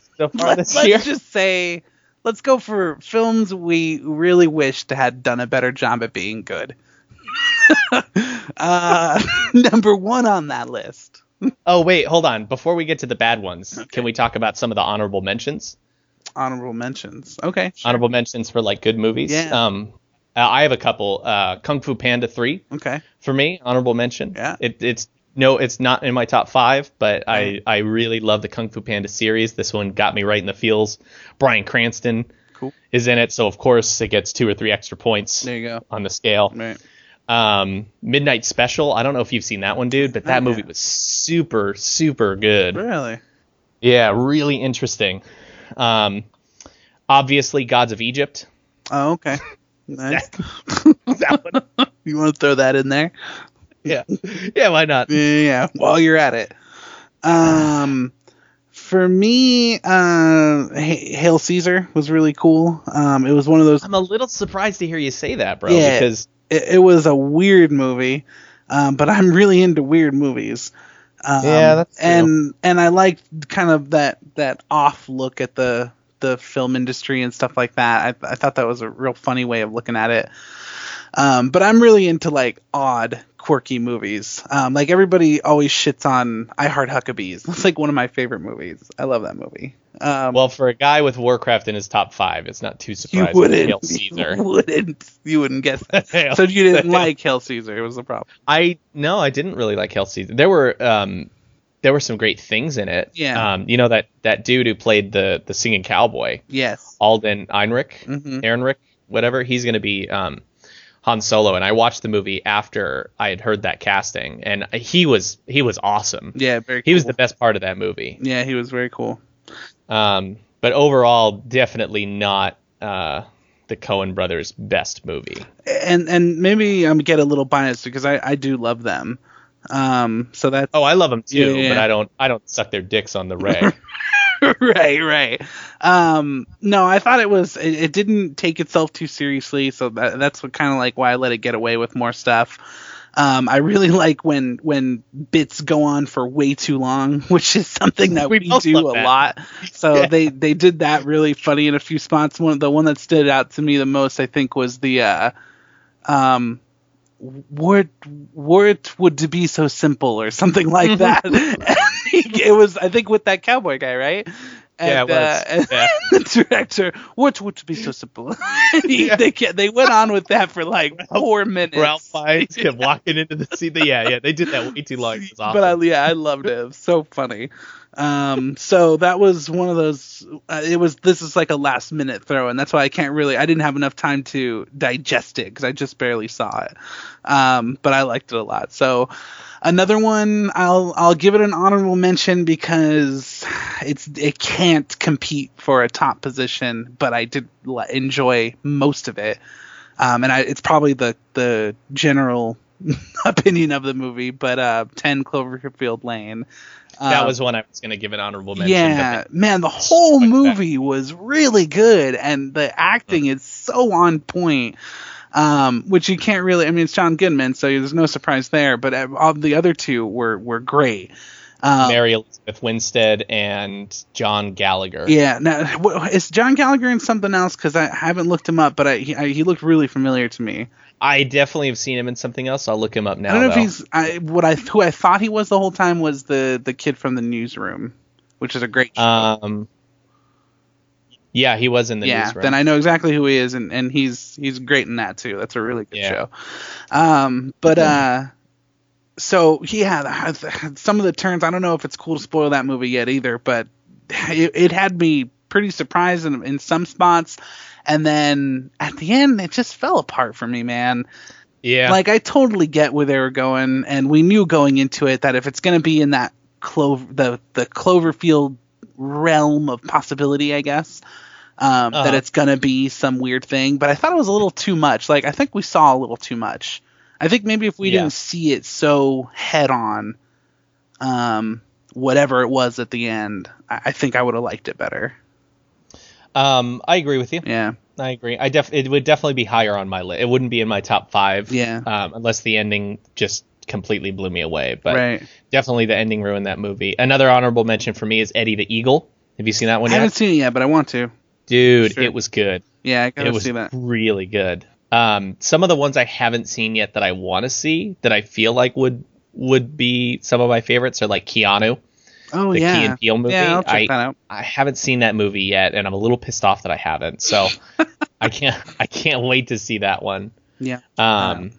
so far Let, this us year? just say, let's go for films we really wished had done a better job at being good. uh, number one on that list. Oh wait, hold on. Before we get to the bad ones, can we talk about some of the honorable mentions? Honorable mentions. Okay. sure. Honorable mentions for like good movies. Yeah. Um, uh, I have a couple. Uh, Kung Fu Panda three Okay. for me, honorable mention. Yeah. It, it's no, it's not in my top five, but Yeah. I I really love the Kung Fu Panda series. This one got me right in the feels. Brian Cranston Cool. is in it, so of course it gets two or three extra points There you go. on the scale. Right. Um, Midnight Special. I don't know if you've seen that one, dude, but that Oh, yeah. movie was super super good. Really? Yeah, really interesting. Um, obviously, Gods of Egypt. Oh, okay. Nice. That one. you want to throw that in there? yeah, yeah. Why not? Yeah, yeah, yeah, while you're at it. Um, for me, uh, H- Hail Caesar was really cool. Um, it was one of those I'm a little surprised to hear you say that, bro. Yeah. Because it, it was a weird movie, um, but I'm really into weird movies. Um, Yeah, that's true. and and I liked kind of that that off look at the the film industry and stuff like that. I, I thought that was a real funny way of looking at it. Um, but I'm really into like odd, quirky movies. Um, like everybody always shits on I Heart Huckabees. That's like one of my favorite movies. I love that movie. Um, well, for a guy with Warcraft in his top five, it's not too you surprising. wouldn't, Hail you Caesar. wouldn't, you wouldn't guess that. Hail So you didn't Caesar. like Hail Caesar. It was the problem. I no, I didn't really like Hail Caesar. There were um, there were some great things in it. Yeah. Um, you know that that dude who played the the singing cowboy, Yes. Alden Einrich, hmm Ehrenrich, whatever. He's going to be um, Han Solo, and I watched the movie after I had heard that casting, and he was he was awesome. Yeah, very. He was cool. the best part of that movie. Yeah, he was very cool. Um, but overall, definitely not uh, the Cohen brothers' best movie. And and maybe I'm get a little biased because I I do love them. Um, so that's Oh, I love them too, Yeah, yeah, but yeah. I don't I don't suck their dicks on the reg. right, right. Um, no, I thought it was. It, it didn't take itself too seriously, so that, that's what kind of like why I let it get away with more stuff. Um, I really like when when bits go on for way too long, which is something that We we, both do a love that. lot. So Yeah. they they did that really funny in a few spots. One the one that stood out to me the most, I think, was the uh, um, were it would to be so simple or something like that. Mm-hmm. it was, I think, with that cowboy guy, right? Yeah, it was. uh, and Yeah. the director, what would to be so simple? He- Yeah. They ca- they went on with that for like four minutes. Ralph Fiennes kept walking into the seat. Yeah, yeah, they did that way too long. It was awesome. But I, yeah, I loved it. It was so funny. Um, so that was one of those. Uh, it was this is like a last minute throw, and that's why I can't really. I didn't have enough time to digest it because I just barely saw it. Um, but I liked it a lot. So another one, I'll I'll give it an honorable mention because it's it can't compete for a top position, but I did li- enjoy most of it. um, and I, it's probably the the general opinion of the movie, but uh, Ten Cloverfield Lane. that um, was one I was going to give an honorable mention. but yeah, then- man, the whole Like that. movie was really good, and the acting is so on point. Um, which you can't really. I mean, it's John Goodman, so there's no surprise there. But uh, all the other two were were great. Um, Mary Elizabeth Winstead and John Gallagher. yeah, now wh- is John Gallagher in something else? Because I haven't looked him up, but I he, I he looked really familiar to me. I definitely have seen him in something else. I'll look him up now. I don't know if though. he's I, what I who I thought he was the whole time was the the kid from the newsroom, which is a great show. Um, yeah, he was in the yeah, newsroom. then I know exactly who he is, and, and he's he's great in that too. That's a really good Yeah. show. Um, but uh, so yeah, some of the turns. I don't know if it's cool to spoil that movie yet either, but it, it had me pretty surprised in, in some spots, and then at the end it just fell apart for me, man. yeah, Like I totally get where they were going, and we knew going into it that if it's going to be in that clover the the Cloverfield realm of possibility, I guess. Um, Uh-huh. That it's gonna be some weird thing, but I thought it was a little too much. Like I think we saw a little too much. I think maybe if we Yeah. didn't see it so head on, um, whatever it was at the end, I, I think I would have liked it better. um, I agree with you. Yeah, I agree. I def it would definitely be higher on my list. It wouldn't be in my top five. Yeah. Um, unless the ending just completely blew me away, but right. definitely the ending ruined that movie. Another honorable mention for me is Eddie the Eagle. Have you seen that one I haven't yet, seen it yet, but I want to. dude? Sure. It was good. Yeah, I it gotta was see that. really good. Um, some of the ones I haven't seen yet that I want to see that I feel like would would be some of my favorites are like Keanu, Oh the yeah, Key and Peele movie. yeah. I'll check I, that out. I haven't seen that movie yet, and I'm a little pissed off that I haven't. So I can't I can't wait to see that one. Yeah. Um,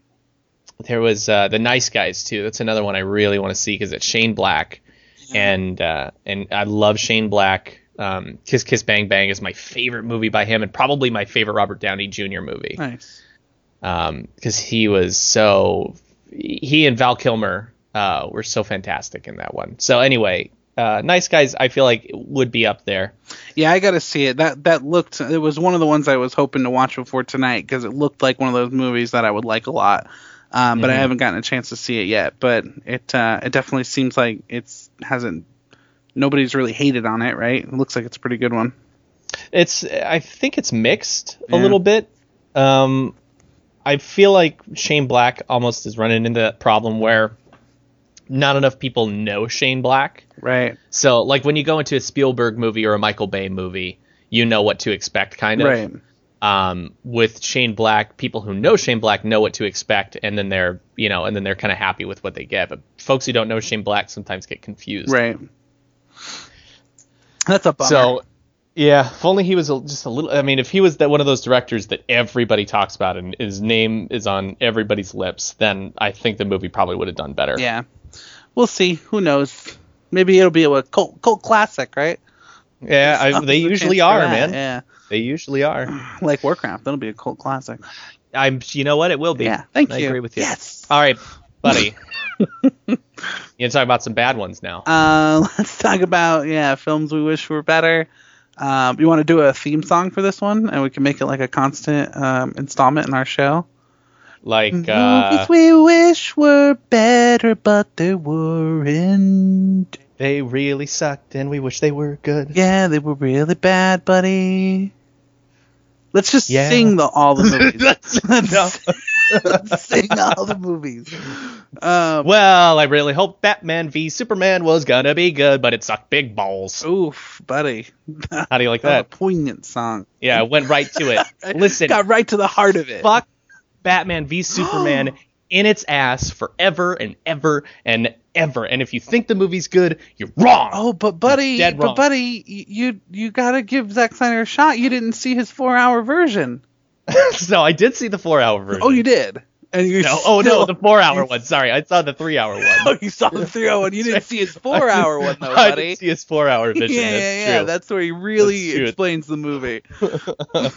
there was uh, the Nice Guys too. That's another one I really want to see because it's Shane Black, and uh, and I love Shane Black. Um, Kiss Kiss Bang Bang is my favorite movie by him, and probably my favorite Robert Downey Jr. movie Nice. because he was so he and Val Kilmer uh, were so fantastic in that one. So anyway, uh, Nice Guys I feel like would be up there. Yeah, I gotta see it. That that looked. It was one of the ones I was hoping to watch before tonight because it looked like one of those movies that I would like a lot. Um, but I Mhm. haven't gotten a chance to see it yet. But it uh, it definitely seems like it's hasn't. Nobody's really hated on it, right? It looks like it's a pretty good one. It's I think it's mixed a Yeah. little bit. Um, I feel like Shane Black almost is running into that problem where not enough people know Shane Black. Right. So like when you go into a Spielberg movie or a Michael Bay movie, you know what to expect kind of. Right. um, with Shane Black, people who know Shane Black know what to expect, and then they're you know, and then they're kind of happy with what they get. But folks who don't know Shane Black sometimes get confused. Right. That's a bummer. So, yeah, if only he was a, just a little. I mean, if he was that one of those directors that everybody talks about and his name is on everybody's lips, then I think the movie probably would have done better. yeah, we'll see. Who knows? Maybe it'll be a cult cult classic, right? yeah, I, they There's a usually chance for are, that, man. They usually are. Yeah, like Warcraft, that'll be a cult classic. I'm. You know what? It will be. Yeah, thank I you. agree with you. Uh, Yes. All right, buddy. you talk about some bad ones now. Uh, let's talk about yeah films we wish were better. Um, you want to do a theme song for this one, and we can make it like a constant um, installment in our show. Like. Uh, Movies we wish were better, but they weren't. They really sucked, and we wish they were good. Yeah, they were really bad, buddy. Let's just Yeah. sing the all the movies. That's- no. Let's sing all the movies. Um, well, I really hope Batman v Superman was gonna be good, but it sucked big balls. oof, buddy, that How do you like was a that? poignant song. Yeah, it went right to it. Listen, got right to the heart of it. fuck Batman v Superman in its ass forever and ever and ever. And if you think the movie's good, you're wrong. Oh, but buddy, dead but wrong. buddy, y- you you gotta give Zack Snyder a shot. You didn't see his four hour version. so I did see the four-hour version. Oh, you did. And you No, oh no, still- the four-hour one. Sorry, I saw the three-hour one. oh, you saw the three hour one. You didn't see his four hour one though, I buddy. did see his four-hour Yeah, vision. yeah, that's yeah. true. That's where he really That's true. explains the movie.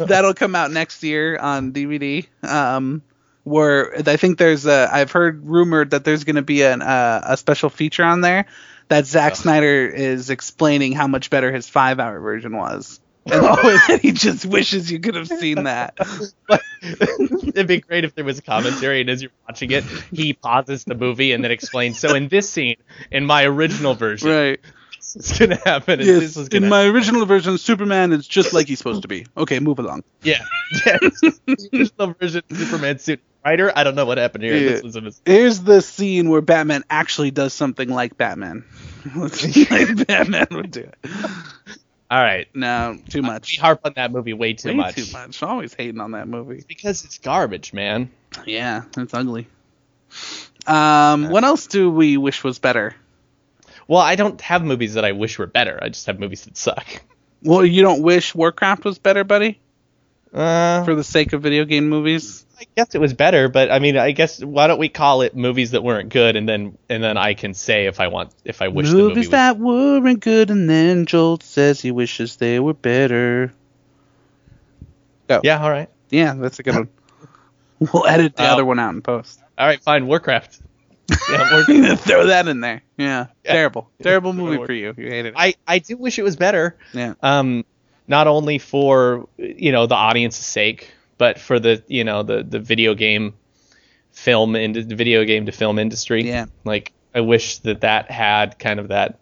That'll come out next year on DVD. Um, where I think there's a, I've heard rumored that there's going to be an, uh, a special feature on there that Zack Snyder is explaining how much better his five hour version was. And, oh, and he just wishes you could have seen that. It'd be great if there was a commentary, and as you're watching it, he pauses the movie and then explains. So in this scene, in my original version, Right. this is gonna happen. And Yes. this is in gonna my original version, Superman is just like he's supposed to be. Okay, move along. yeah, yeah. the original version of Superman suit writer. I don't know what happened here. Yeah. This was a mistake. Here's the scene where Batman actually does something like Batman. like Batman would do it. All right, No, too we much. harp on that movie way too Way much. too much. Always hating on that movie. because it's garbage, man. Yeah, it's ugly. Um, what else do we wish was better? Well, I don't have movies that I wish were better. I just have movies that suck. Well, you don't wish Warcraft was better, buddy, Uh, for the sake of video game movies. I guess it was better, but I mean, I guess why don't we call it movies that weren't good, and then and then I can say if I want if I wish movies the movie was. that weren't good, and then Jolt says he wishes they were better. yeah, all right, Yeah, that's a good one. We'll edit the Uh, other one out in post. all right, fine. Warcraft. Yeah, Warcraft. Throw that in there. Yeah, Yeah. terrible, terrible movie Lord. for you. You hate it. I I do wish it was better. yeah, Um, not only for you know the audience's sake, but for the you know the the video game film and the video game to film industry. Yeah. Like I wish that that had kind of that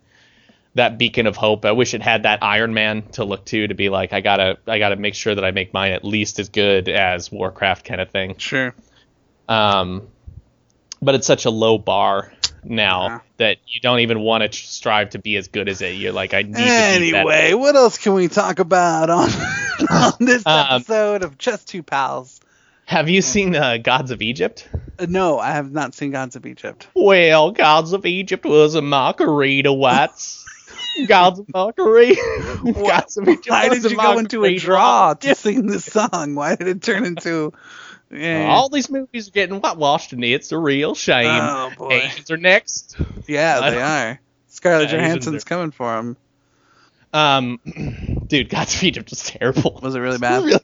that beacon of hope. I wish it had that Iron Man to look to to be like I gotta I gotta make sure that I make mine at least as good as Warcraft kind of thing. sure. Um, but it's such a low bar now Yeah. that you don't even want to tr- strive to be as good as it. You're like I need to be better. Anyway, what else can we talk about on, on this Um, episode of Just Two Pals? Have you seen uh, Gods of Egypt? Uh, No, I have not seen Gods of Egypt. Well, Gods of Egypt was a margarita, whites. Gods of Margarita. Gods of Egypt Why was did a you go into a margarita. draw to sing this song? Why did it turn into? Yeah. All these movies are getting whitewashed, and it's a real shame. Oh, boy. Asians are next. yeah, I they don't- are. Scarlett Yeah, he's in Johansson's there. coming for him. Um, dude, Gods of Egypt was terrible. Was it really bad? Really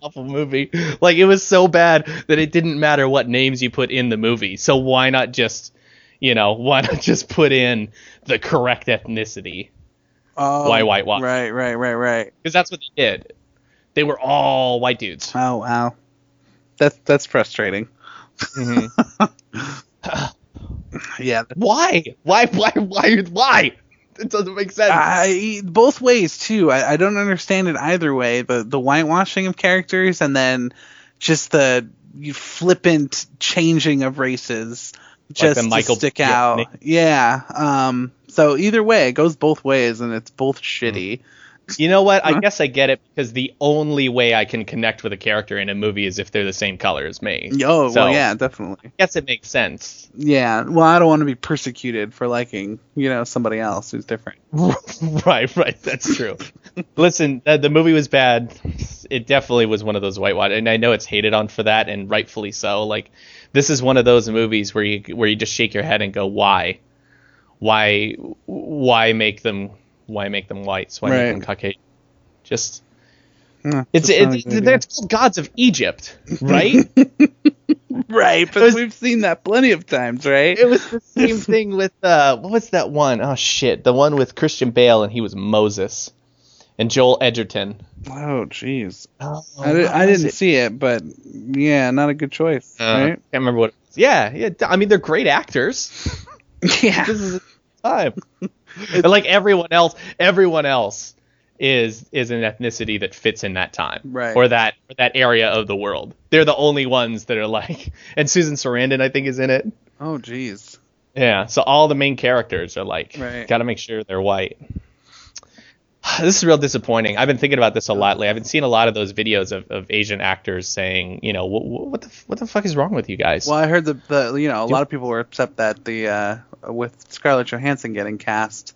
awful movie. Like it was so bad that it didn't matter what names you put in the movie. So why not just, you know, why not just put in the correct ethnicity? Oh, Why white watch? Right, right, right, right. Because that's what they did. They were all white dudes. Oh wow, that's that's frustrating. yeah, Why? Why? Why? Why? Why? It doesn't make sense. Ah, I both ways too. I, I don't understand it either way. The the whitewashing of characters and then just the you flippant changing of races just the to Michael stick B. out. Jordan. Yeah. Um. So either way, it goes both ways, and it's both shitty. you know what? I Huh? guess I get it because the only way I can connect with a character in a movie is if they're the same color as me. Oh So, well, yeah, definitely. I guess it makes sense. Yeah. Well, I don't want to be persecuted for liking you know somebody else who's different. right, right. That's true. Listen, the, the movie was bad. It definitely was one of those whitewash, and I know it's hated on for that, and rightfully so. Like, this is one of those movies where you where you just shake your head and go, why, why, why make them, why make them whites? Why Right. make them Caucasian? Just Huh, it's Hmm, that's it's, not a good it's, idea. they're called gods of Egypt, right? right, but Those- we've seen that plenty of times, right? it was the same thing with uh, what was that one? Oh shit, the one with Christian Bale and he was Moses, and Joel Edgerton. Oh, jeez. Oh, I, di- what I was didn't it? see it, but yeah, not a good choice, Uh, I right? can't remember what. It was. Yeah, yeah. I mean, they're great actors. Yeah, This is a time. and like everyone else, everyone else is is an ethnicity that fits in that time Right. or that or that area of the world. They're the only ones that are like. And Susan Sarandon, I think, is in it. Oh, jeez. Yeah. So all the main characters are like. Right. Got to make sure they're white. This is real disappointing. I've been thinking about this a lot lately. I've been seeing a lot of those videos of, of Asian actors saying, you know, "Wh- wh- what the f- what the fuck is wrong with you guys? Well, I heard the, the you know a lot of people were upset that the uh, with Scarlett Johansson getting cast.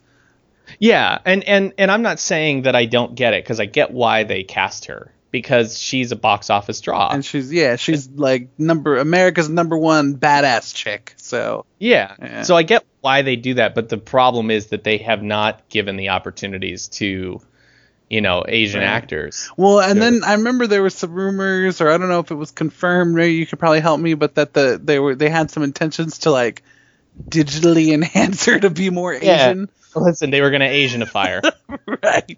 Yeah, and and and I'm not saying that I don't get it because I get why they cast her because she's a box office draw. And she's yeah, she's like number America's number one badass chick. So yeah. Yeah. so I get why they do that, but the problem is that they have not given the opportunities to, you know, Asian Right. actors. well, and Sure. then I remember there was some rumors, or I don't know if it was confirmed. Ray, you could probably help me, but that the they were they had some intentions to like digitally enhance her to be more Yeah. Asian, Listen, they were gonna Asianify her. right?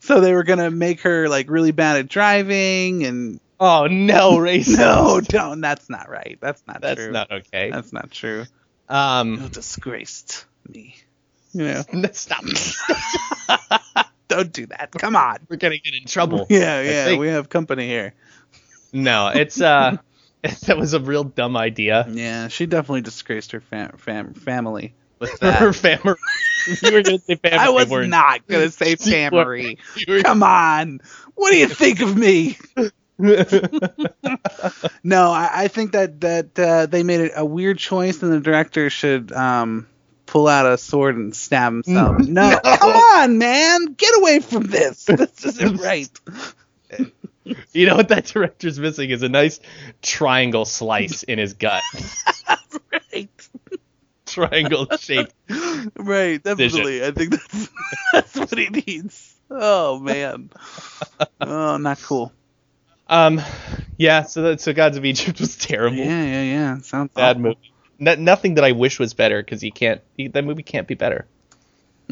so they were gonna make her like really bad at driving and Oh no, racist. no, don't. That's not right. That's not that's true. not okay. That's not true. You um, disgraced me. You know, that's not. don't do that. Come on. We're gonna get in trouble. Yeah, I yeah. think- We have company here. No, it's uh, that was a real dumb idea. Yeah, she definitely disgraced her fam- fam- family with Her that. family. you were gonna say family. I was weren't not gonna say You were- family. you? Come on. What do you think of me? No, I, I think that that uh, they made it a weird choice, and the director should um, pull out a sword and stab himself. No, Mm. No. come on, man, get away from this. This isn't right. You know what that director's missing is a nice triangle slice in his gut. right, triangle shaped. right, definitely. I think that's that's what he needs. Oh man, oh not cool. Um, yeah. So that, so Gods of Egypt was terrible. Yeah, yeah, yeah. Sounds Bad awful. movie. No, nothing that I wish was better because you can't. You, that movie can't be better.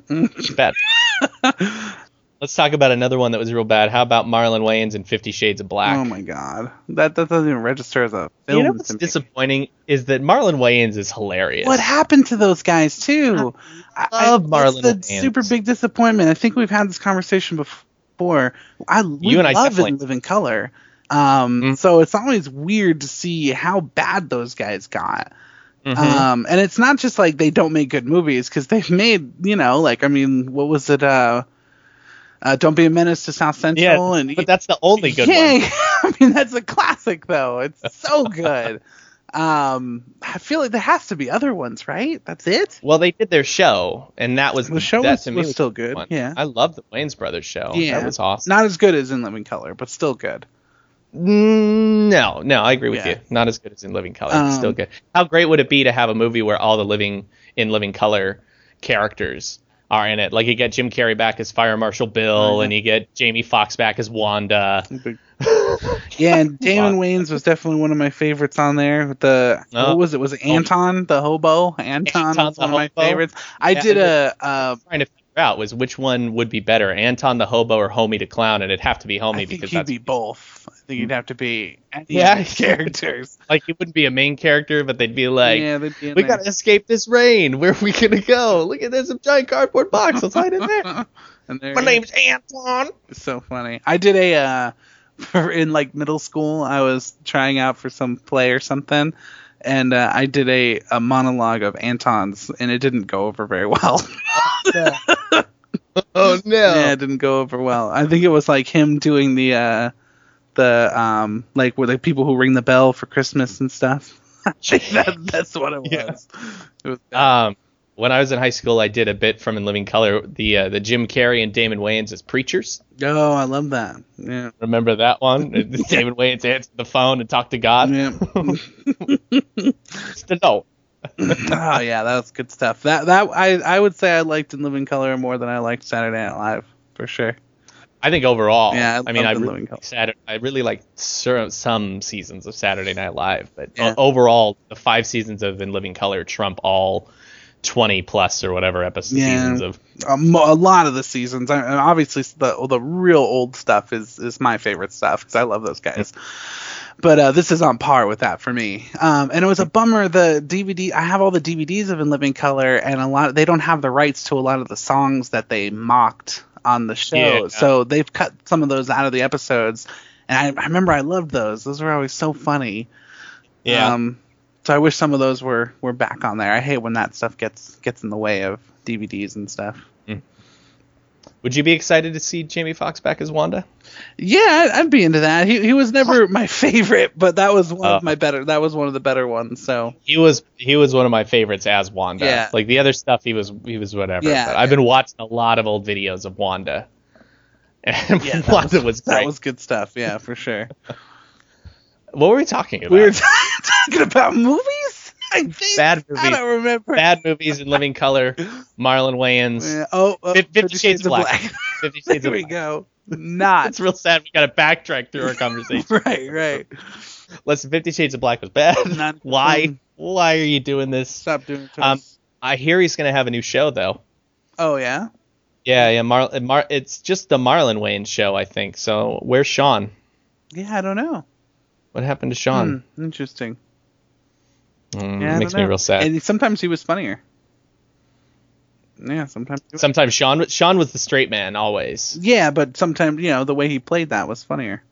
It's bad. Let's talk about another one that was real bad. How about Marlon Wayans in Fifty Shades of Black? Oh my god, that that doesn't even register as a film you know to what's me. disappointing is that Marlon Wayans is hilarious. What happened to those guys too? I love Marlon That's the Wayans. super big disappointment. I think we've had this conversation before. I we You and I love definitely- and live in color. Um, Mhm. so it's always weird to see how bad those guys got. Mhm. Um, and it's not just like they don't make good movies because they've made you know like I mean what was it uh, uh Don't Be a Menace to South Central yeah, and but that's the only good yeah, one. I mean that's a classic though. It's so good. um, I feel like there has to be other ones, right? That's it. Well, they did their show, and that was The show that was, to me was was still the good. one. Yeah, I love the Wayne's Brothers show. Yeah. Oh, that was awesome. not as good as In Living Color, but still good. Mm, No, no, I agree with Yeah. you. Not as good as in Living Color. Um, it's still good. How great would it be to have a movie where all the living in Living Color characters are in it? Like you get Jim Carrey back as Fire Marshal Bill, yeah. and you get Jamie Foxx back as Wanda. Yeah, and Damon Wayans was definitely one of my favorites on there. With the Oh. what was it? Was it Anton the hobo? Anton, Anton was the one of my hobo? favorites. I Yeah, did I a uh, Trying to figure out was which one would be better, Anton the Hobo or Homie the Clown, and it'd have to be Homie I think because he'd that's be both. I think he'd have to be any Yeah. of the characters. like he wouldn't be a main character, but they'd be like. yeah, they'd be in We there. gotta escape this rain. Where are we gonna go? Look at there's a giant cardboard box. Let's hide in there. and there My he name's Anton. It's so funny. I did a uh, for in like middle school. I was trying out for some play or something, and uh, I did a, a monologue of Anton's, and it didn't go over very well. Oh no. yeah, it didn't go over well. I think it was like him doing the uh, the um like where the people who ring the bell for Christmas and stuff. I think that, that's what it was. Yeah. It was Um, when I was in high school, I did a bit from In Living Color, the uh, the Jim Carrey and Damon Wayans as preachers. oh, I love that. Yeah. Remember that one? Damon Wayans answered the phone and talked to God. Yeah. Just to know. oh yeah, that was good stuff. That that I I would say I liked In Living Color more than I liked Saturday Night Live for sure. I think overall, Yeah, yeah, I I, mean, I love In really, Living Color. Saturday, I really like ser- some seasons of Saturday Night Live, but o- Yeah. overall, the five seasons of In Living Color trump all twenty plus or whatever episodes Yeah. seasons of. A, Uh, mo- a lot of the seasons, I, and obviously the the real old stuff is is my favorite stuff because I love those guys. But uh, this is on par with that for me. Um, and it was a bummer. The DVD I have all the DVDs of In Living Color, and a lot they don't have the rights to a lot of the songs that they mocked on the show. Yeah. So they've cut some of those out of the episodes. And I, I remember I loved those. Those were always so funny. Yeah, Um, so I wish some of those were were back on there. I hate when that stuff gets gets in the way of DVDs and stuff. would you be excited to see Jamie Foxx back as Wanda? Yeah, I'd, I'd be into that. He he was never my favorite, but that was one of Oh. my better. That was one of the better ones. So he was he was one of my favorites as Wanda. Yeah. Like the other stuff, he was he was whatever. Yeah, but I've been watching a lot of old videos of Wanda, and Yeah, that Wanda was, that great. was good stuff. Yeah, for sure. what were we talking about? we were talking about movies. I think Bad I movies. don't remember. Bad movies in Living Color, Marlon Wayans, Yeah, Oh, oh, Fif- Fifty Shades of Black. Fifty Shades there of we Black. go. Not It's real sad. We got to backtrack through our conversation. right, right. Listen, Fifty Shades of Black was bad. Not- Why? Why are you doing this? Stop doing it. to Um, us. I hear he's gonna have a new show though. oh yeah. Yeah, yeah. Mar- Mar- it's just the Marlon Wayne show, I think. So where's Sean? Yeah, I don't know. What happened to Sean? Hmm, interesting. Mm, Hmm. Yeah, I makes don't me know. real sad. And sometimes he was funnier. Yeah, sometimes. he was- Sometimes Sean Sean was the straight man always. yeah, but sometimes you know the way he played that was funnier.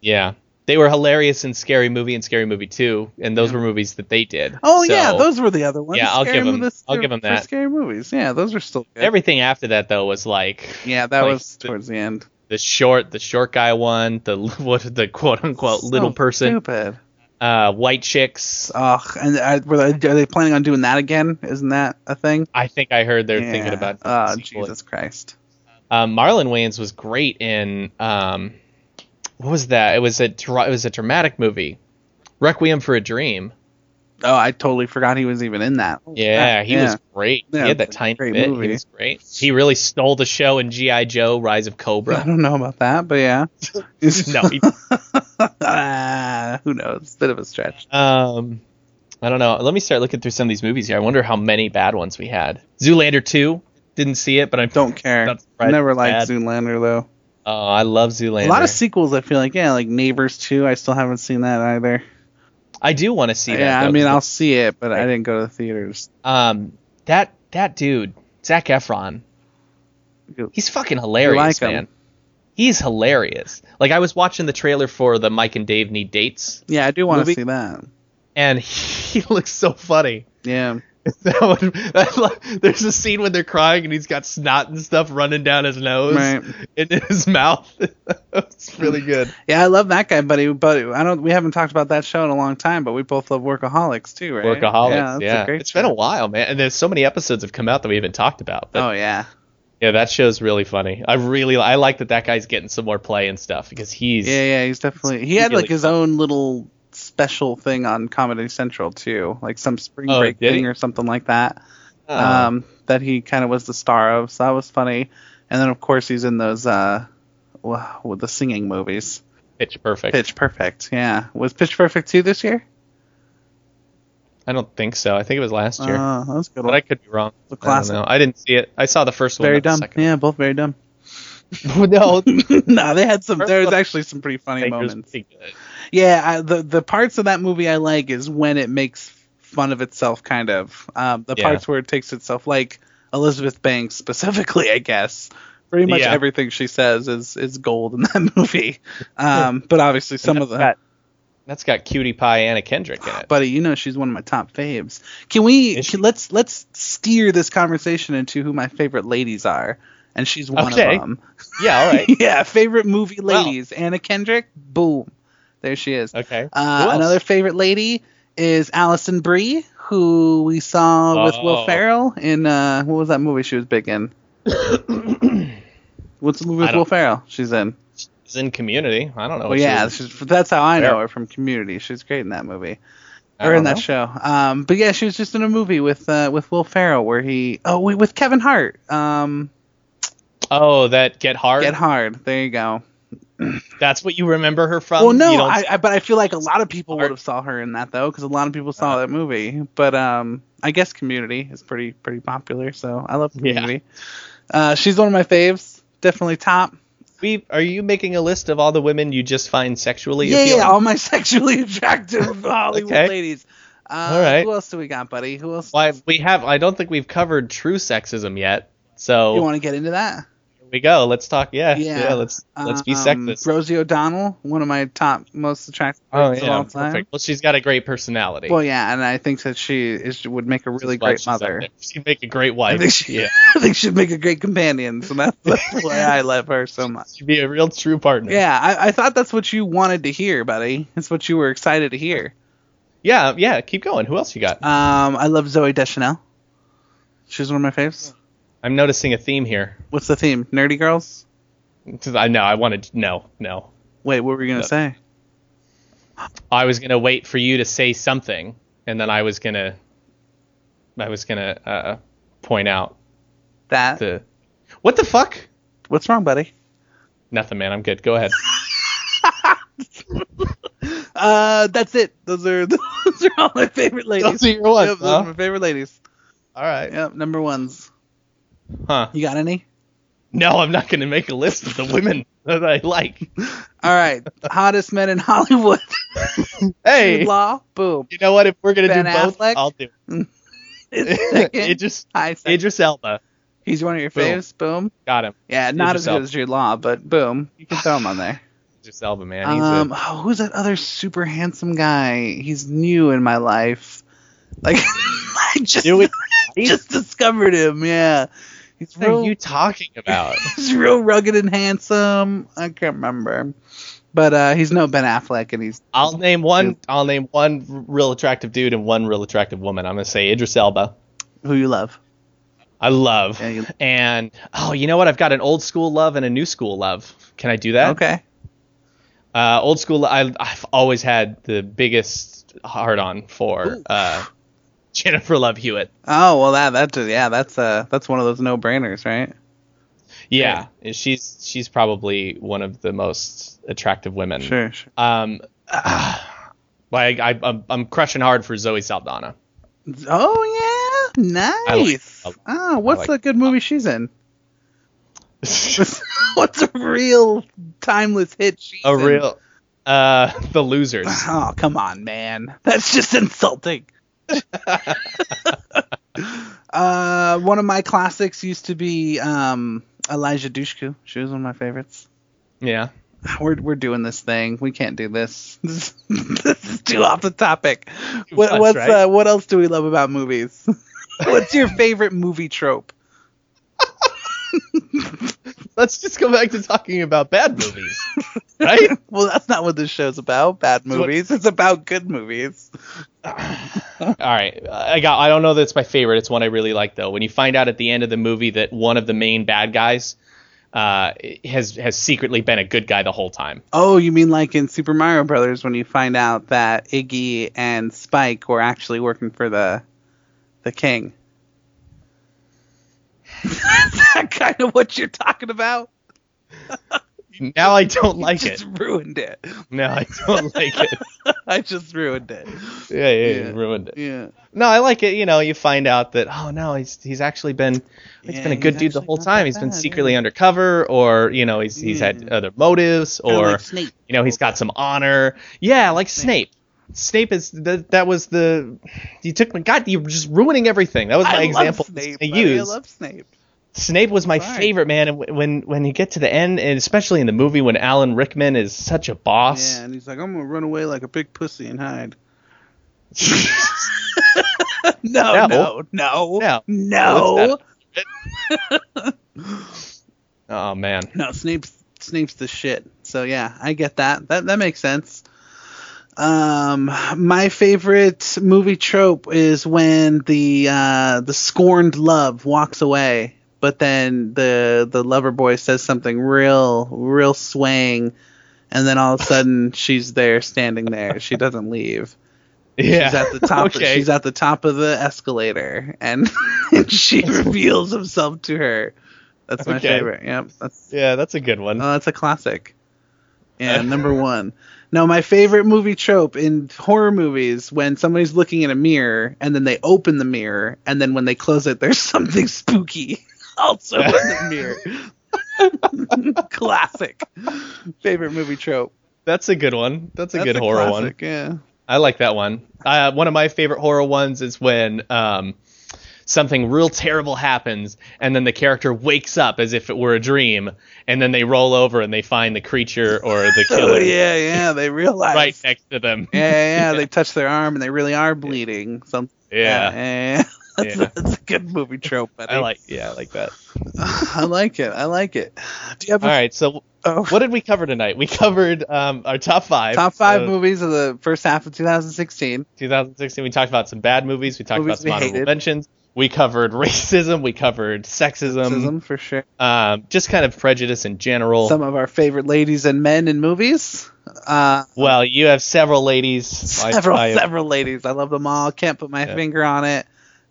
Yeah. They were hilarious in Scary Movie and Scary Movie 2, and those were movies that they did. Oh So yeah, those were the other ones. Yeah, I'll give him- movies- I'll give him for that. Scary movies. Yeah, those were still good. Everything after that though was like yeah, that like, was towards the end. the short, the short guy one, the what the quote unquote So little person, Stupid. uh, white chicks. Ugh. And I, were they, are they planning on doing that again? Isn't that a thing? I think I heard they're thinking Yeah. about. Oh the sequel. Jesus Christ. Um, Marlon Wayans was great in um, what was that? It was a dra- it was a dramatic movie, Requiem for a Dream. Oh, I totally forgot he was even in that. Yeah, he was great. Yeah, he had that it's a tiny great bit. movie. He was great. He really stole the show in GI Joe: Rise of I Cobra. don't know about that, but yeah. no, he- Ah, who knows? Bit of a stretch. um, I don't know. Let me start looking through some of these movies here. I wonder how many bad ones we had. Zoolander two. Didn't see it, but I Don't care. Not surprised Never it's liked bad. Zoolander though. Oh, I love Zoolander. A lot of sequels, I feel like. Yeah, like Neighbors 2. I still haven't seen that either. I do want to see that. yeah, I though, mean, 'cause I'll see it, but I didn't go to the theaters. Um, that that dude, Zach Efron, You- he's fucking hilarious, like him. man. He's hilarious. Like I was watching the trailer for the Mike and Dave Need Dates, Yeah, I do want to Movie? see that. and he looks so funny. Yeah. That one, that, li- there's a scene when they're crying and he's got snot and stuff running down his nose Right. and in his mouth. it's really good. Yeah, I love that guy, buddy. But I don't. We haven't talked about that show in a long time, but we both love Workaholics too, right? Workaholics, that's a yeah. great It's been a show. while, man. And there's so many episodes have come out that we haven't talked about. But Oh yeah. Yeah, that show's really funny. I really I like that that guy's getting some more play and stuff because he's Yeah, yeah, he's definitely. He had really like his own little special thing on Comedy Central too, like some spring Oh, break did thing he? or something like that. uh, Um, that he kind of was the star of, so that was funny. And then of course he's in those uh, well, with the singing movies. pitch perfect. Pitch Perfect, yeah. Was Pitch Perfect two this year? I don't think so. I think it was last year, Oh, that was a good. but One. I could be wrong. I The don't classic. know. I didn't see it. I saw the first one. very not the dumb. second Yeah, both very dumb. one. no, no, they had some. First There was one- actually some pretty funny it was moments. pretty good. Yeah, I, the the parts of that movie I like is when it makes fun of itself, kind of. Um, the Yeah. parts where it takes itself, like Elizabeth Banks specifically, I guess. Pretty much Yeah. everything she says is is gold in that movie. Um, but obviously some of That's the got- that's got cutie pie Anna Kendrick in it. buddy, you know she's one of my top faves. Can we Is she? can, let's let's steer this conversation into who my favorite ladies are, and she's one Okay. of them. yeah, all right. yeah, favorite movie Well. ladies, Anna Kendrick. Boom, there she is. Okay. Uh, Who else? another favorite lady is Allison Brie, who we saw with Will Oh. Ferrell in uh, what was that movie she was big in? What's the movie I with don't- Will Ferrell? She's in. She's in Community. I don't know. Oh what yeah, she's, she's, that's how I know Ferrell. her from Community. She's great in that movie I or in don't that know. show. Um, but yeah, she was just in a movie with uh, with Will Ferrell where he oh wait with Kevin Hart. Um, Oh, that Get Hard. Get Hard. There you go. That's what you remember her from. well, no, Um, You don't- I, I but I feel like a lot of people would Hart. have saw her in that though, because a lot of people Uh-huh. saw that movie. But um, I guess Community is pretty pretty popular, so I love Yeah. Community. Uh, she's one of my faves, definitely top. we are you making a list of all the women you just find sexually Yeah, appealing? yeah, all my sexually attractive Hollywood Okay. ladies. Uh, All right. Who else do we got, buddy? Who else? Why we have? I don't think we've covered true sexism yet. So You want to get into that? here we go. Let's talk. Yeah, Yeah. yeah. let's let's be Um, sexist. Rosie O'Donnell, one of my top most attractive oh ladies of yeah, all time. perfect. Well, she's got a great personality. Well, yeah, and I think that she is would make a This is really why great she's up mother. there. She'd make a great I wife. think she, yeah, I think she'd make a great companion, so that's, that's why I love her so much. she'd be a real true partner. Yeah, I, I thought that's what you wanted to hear, buddy. That's what you were excited to hear. yeah, yeah. Keep going. Who else you got? Um, I love Zoe Deschanel. She's one of my faves. I'm noticing a theme here. What's the theme? Nerdy girls. 'Cause I know. I wanted no, no. Wait, what were you gonna No. say? I was gonna wait for you to say something, and then I was gonna, I was gonna uh, point out That. the, what the fuck? What's wrong, buddy? Nothing, man. I'm good. Go ahead. Uh, that's it. Those are those are all my favorite ladies. Those are your ones, Yep, those are huh? my favorite ladies. All right. Yep, number ones. Huh. You got any? No, I'm not going to make a list of the women that I like. All right, hottest men in Hollywood. Hey, Jude Law, boom. you know what? If we're going to do Ben both, Affleck? I'll do Is it. second. Idris, Hi, second. Idris Elba. He's one of your Boom. faves. Boom. Got him. Yeah, not Idris as good Elba. as Jude Law, but boom, you can throw him on there. Idris Elba, man. He's Um, oh, who's that other super handsome guy? He's new in my life. Like I a, just Do it- just discovered him. Yeah, he's What are real. you talking about? he's real rugged and handsome. I can't remember, but uh, he's no Ben Affleck, and he's I'll name one. I'll name one r- real attractive dude and one real attractive woman. I'm gonna say Idris Elba. who you love. I love. Yeah, you- And oh, you know what? I've got an old school love and a new school love. Can I do that? Okay. Uh, old school. I, I've always had the biggest hard on for uh, Jennifer Love Hewitt. Oh well, that that just, yeah, that's uh that's one of those no brainers, right? Yeah, and she's she's probably one of the most attractive women. Sure, sure. Um, like I, I'm, I'm crushing hard for Zoe Saldana. Oh yeah, nice. I like- oh, what's like- a good movie she's in? what's a real timeless hit she's a in? real uh the losers Oh, come on, man. That's just insulting. uh, one of my classics used to be um, Elijah Dushku. She was one of my favorites. yeah We're, we're doing this thing. We can't do this. this is too off the topic. What much, what's, right? uh, what else do we love about movies? what's your favorite movie trope? let's just go back to talking about bad movies right Well, that's not what this show's about. Bad what- movies. It's about good movies. all right i got i don't know that it's my favorite it's one i really like though when you find out at the end of the movie that one of the main bad guys uh has has secretly been a good guy the whole time Oh, you mean like in Super Mario Brothers when you find out that Iggy and Spike were actually working for the the king? Is that kind of what you're talking about? now i don't like just it ruined it. now i don't like it I just ruined it. yeah yeah, yeah. Yeah. ruined it Yeah. no i like it you know you find out that oh no he's he's actually been He's Yeah, been a good he's dude the actually whole not time. that He's been bad, secretly undercover, or you know, he's he's had Mm. other motives, Kinda or like Snape. you know, he's got some honor. Yeah, like Snape. Snape is that that was the you took my God, you're just ruining everything. That was my I example Love Snape, I buddy. I used. love Snape. Snape was my Sorry. favorite man, and w- when when you get to the end, and especially in the movie when Alan Rickman is such a boss. Yeah, and he's like, I'm gonna run away like a big pussy and hide. No. no, no, no, No. no, What's no. that? Oh man, No, Snape's Snape's the shit. So yeah, I get that. That that makes sense. Um, my favorite movie trope is when the uh, the scorned love walks away, but then the the lover boy says something real real swaying, and then all of a sudden she's there, standing there. She doesn't leave. yeah. She's at the top. okay. She's at the top of the escalator, and she reveals himself to her. That's my Okay. favorite. Yep, that's yeah, that's a good one. Oh, that's a classic. Yeah, number one. No, my favorite movie trope in horror movies when somebody's looking in a mirror and then they open the mirror and then when they close it, there's something spooky also in the mirror. classic. Favorite movie trope. that's a good one. That's a That's good horror one. classic, Yeah. I like that one. Uh, one of my favorite horror ones is when um, something real terrible happens, and then the character wakes up as if it were a dream, and then they roll over and they find the creature or the killer Oh, yeah, yeah. They realize. right next to them. Yeah, yeah, yeah. They touch their arm and they really are bleeding. Some, Yeah, yeah, yeah. That's, Yeah. that's a good movie trope. buddy. I like. Yeah, I like that. I like it. I like it. Do you have a All right, so oh, what did we cover tonight? We covered um, our top five. top five of movies of the first half of 2016? 2016. We talked about some bad movies. We talked Movies about some we honorable hated. mentions. We covered racism. We covered sexism. Sexism, for sure. Um, just kind of prejudice in general. Some of our favorite ladies and men in movies. Uh, Well, you have several ladies. I- several, I- uh, several ladies. I love them all. Can't put my Yeah. finger on it.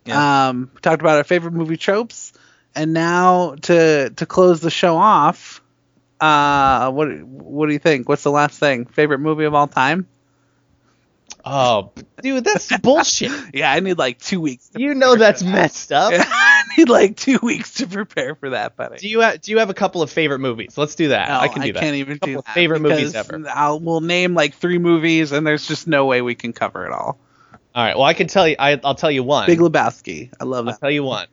Yeah. Um, we talked about our favorite movie tropes, and now to to close the show off. Uh, what what do you think? What's the last thing? Favorite movie of all time? Oh, dude, that's bullshit. Yeah, I need like two weeks. To You know that's messed up. I need like two weeks to prepare for that, buddy. Do you have, do you have a couple of favorite movies? Let's do that. No, I can do that. can't even do Couple that. favorite movies because ever. I'll, we'll name like three movies, and there's just no way we can cover it all. All right. Well, I can tell you. I, I'll tell you one. Big Lebowski. I love I'll that. tell you one.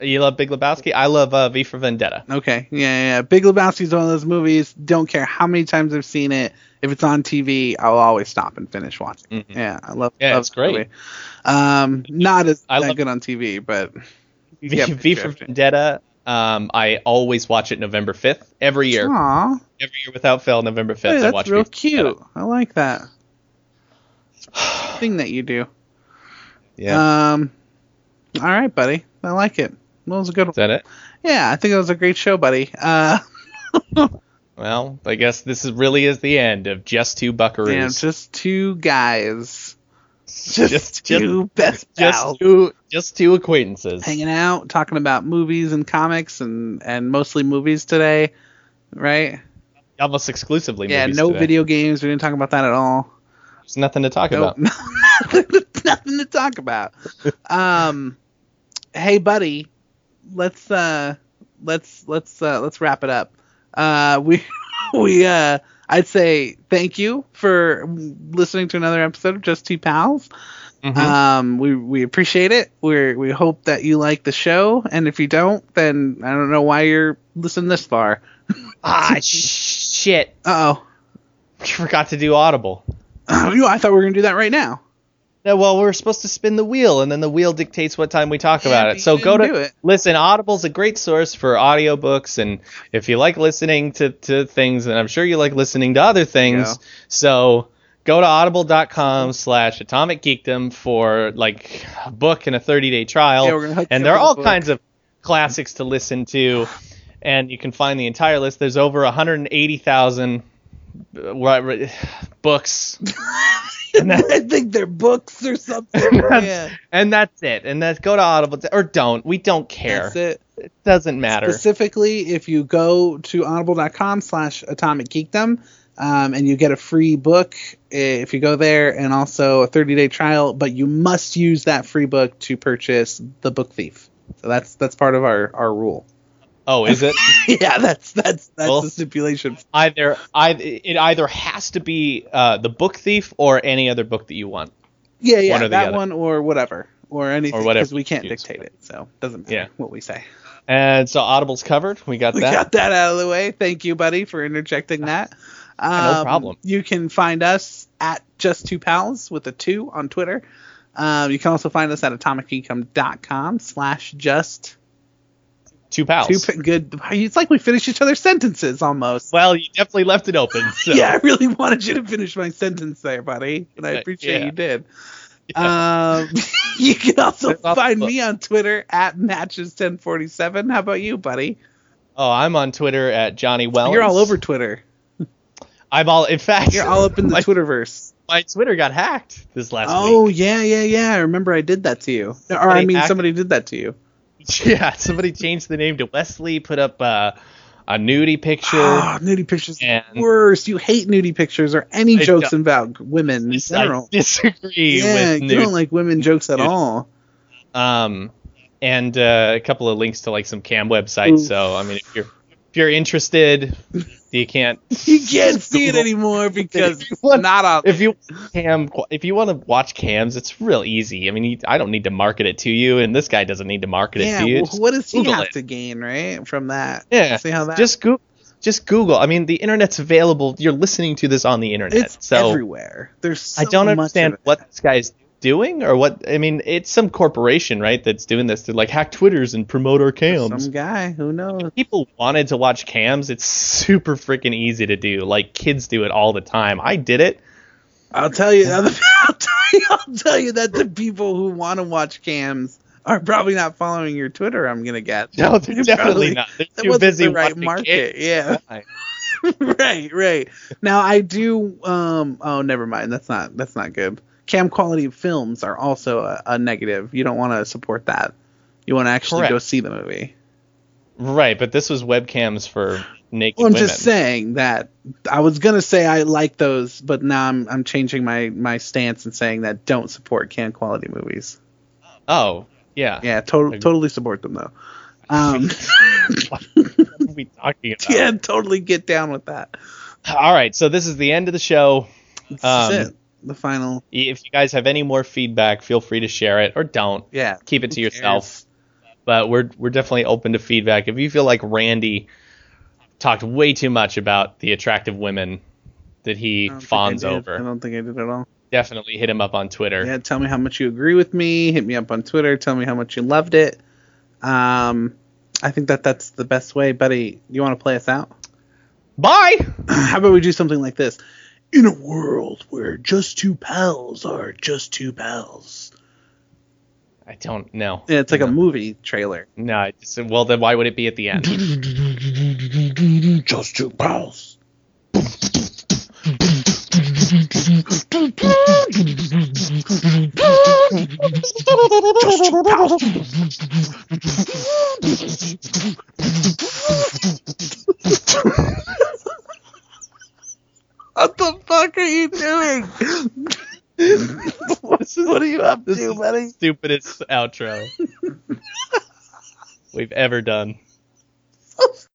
You love Big Lebowski. I love uh, V for Vendetta. Okay. Yeah, yeah, yeah. Big Lebowski's one of those movies. Don't care how many times I've seen it. If it's on TV, I'll always stop and finish watching. it. Mhm. Yeah, I love. Yeah, love it's that great. movie. Um, not as I that love- good on TV, but V, Yeah, v for Vendetta. Vendetta. Um, I always watch it November fifth every year. Aw, Every year without fail, November fifth. hey, I that's watch V real for Vendetta. cute. I like that thing that you do. Yeah. Um, all right, buddy. I like it. That was a good one. Is that it? Yeah, I think that was a great show, buddy. Uh, Well, I guess this is really is the end of just two buckaroos. damn, just two guys, just, two best pals just two just two acquaintances. hanging out, talking about movies and comics, and and mostly movies today, right? Almost exclusively. yeah, movies no today. video games. We didn't talk about that at all. There's nothing to talk Nope. about. nothing to talk about. Um, hey, buddy, let's uh, let's let's uh, let's wrap it up. Uh, we we uh, I'd say thank you for listening to another episode of Just Two Pals. Mhm. Um, we we appreciate it. We we hope that you like the show, and if you don't, then I don't know why you're listening this far. ah, shit! Uh oh. Forgot to do Audible. I thought we were gonna do that right now. No, well, we're supposed to spin the wheel, and then the wheel dictates what time we talk Yeah, about but it. you So go didn't do to it. listen. Audible's a great source for audiobooks, and if you like listening to, to things, and I'm sure you like listening to other things, Yeah. so go to audible.com slash atomic geekdom for like a book and a 30 day trial, Yeah, we're gonna hook you and up there are with a all book. kinds of classics to listen to, and you can find the entire list. There's over 180,000 uh, ri- ri- books. And that- I think they're books or something. That's- yeah. and that's it. And that's go to Audible or don't. We don't care. That's it. It doesn't matter. Specifically, if you go to audible.com slash atomic geekdom um, and you get a free book eh, if you go there and also a 30 day trial, but you must use that free book to purchase The Book Thief. So that's that's part of our, our rule. Oh, is it? yeah, that's that's that's Cool. the stipulation. either I it either has to be uh, the book thief or any other book that you want. Yeah, yeah, One or the that other. one or whatever or anything whatever because we can't you choose. dictate it, so doesn't matter Yeah. what we say. And so Audible's covered. We got We that. got that out of the way. Thank you, buddy, for interjecting that. no Um, problem. You can find us at Just Two Pals with a two on Twitter. Um, you can also find us at atomicincome.com slash just Two two pals. pa- good. It's like we finish each other's sentences almost. well, you definitely left it open. So. Yeah, Uh, I really wanted you to finish my sentence there, buddy, and I Yeah, appreciate yeah. you did. Um, you can also There's lots of find me on Twitter at matches1047. How about you, buddy? Oh, I'm on Twitter at Johnny Wells. You're all over Twitter. I'm all. In fact, You're all up in the my, Twitterverse. my Twitter got hacked this last Oh week. yeah, yeah, yeah. I remember I did that to you. Or I Somebody mean, hacked- somebody did that to you. Yeah, somebody changed the name to Wesley. Put up uh, a nudie picture. Ah, nudie pictures are the And- worse. You hate nudie pictures or any I jokes don't- about women in I general. disagree Yeah, with you nude don't like women jokes at Nude. all. um, and uh, a couple of links to like some cam websites. So I mean, if you're if you're interested, you can't You can't see it anymore because If you it's want- not on. if you cam if you want to watch cams, it's real easy. I mean, you, I don't need to market it to you, and this guy doesn't need to market it yeah, to you. well, Just- what does he Google have it. to gain, right, from that? Yeah, see how that. just Google. Just Google. I mean, the internet's available. You're listening to this on the internet, it's so everywhere. There's so I don't much of understand it. what this guy's doing or what. I mean, it's some corporation, right? That's doing this to like hack Twitters and promote our cams. Some guy who knows. people wanted to watch cams, it's super freaking easy to do. Like kids do it all the time. I did it. I'll tell you. I'll tell you, I'll tell you that the people who want to watch cams are probably not following your Twitter. I'm gonna guess. No, they're You're definitely probably- not. that They're too wasn't busy the right watching market. Yeah, Kids. right, right. Now I do. Um. Oh, never mind. That's not. That's not good. Cam quality films are also a, a negative. You don't want to support that. You want to actually Correct. go see the movie. Right, but this was webcams for naked Well, I'm women. just saying that I was gonna say I like those, but now I'm I'm changing my my stance and saying that don't support can quality movies. Oh yeah. Yeah, to- totally support them though. Um, What are we talking about? yeah, totally get down with that. All right, so this is the end of the show. This Um, is it. The final. If you guys have any more feedback, feel free to share it or don't. Yeah. Keep it who to yourself. But we're we're definitely open to feedback. If you feel like Randy talked way too much about the attractive women that he I don't think I fawns did. I over, don't think I did at all. definitely hit him up on Twitter. Um, Yeah, tell me how much you agree with me. Hit me up on Twitter. Tell me how much you loved it. Um, I think that that's the best way, buddy. You want to play us out? Bye. how about we do something like this? In a world where just two pals are just two pals. I don't know. Yeah, it's like a movie trailer. No, I just, well then why would it be at the end? Just two pals. Just two pals. what the fuck are you doing? what are you up This to, is buddy? the stupidest outro we've ever done. So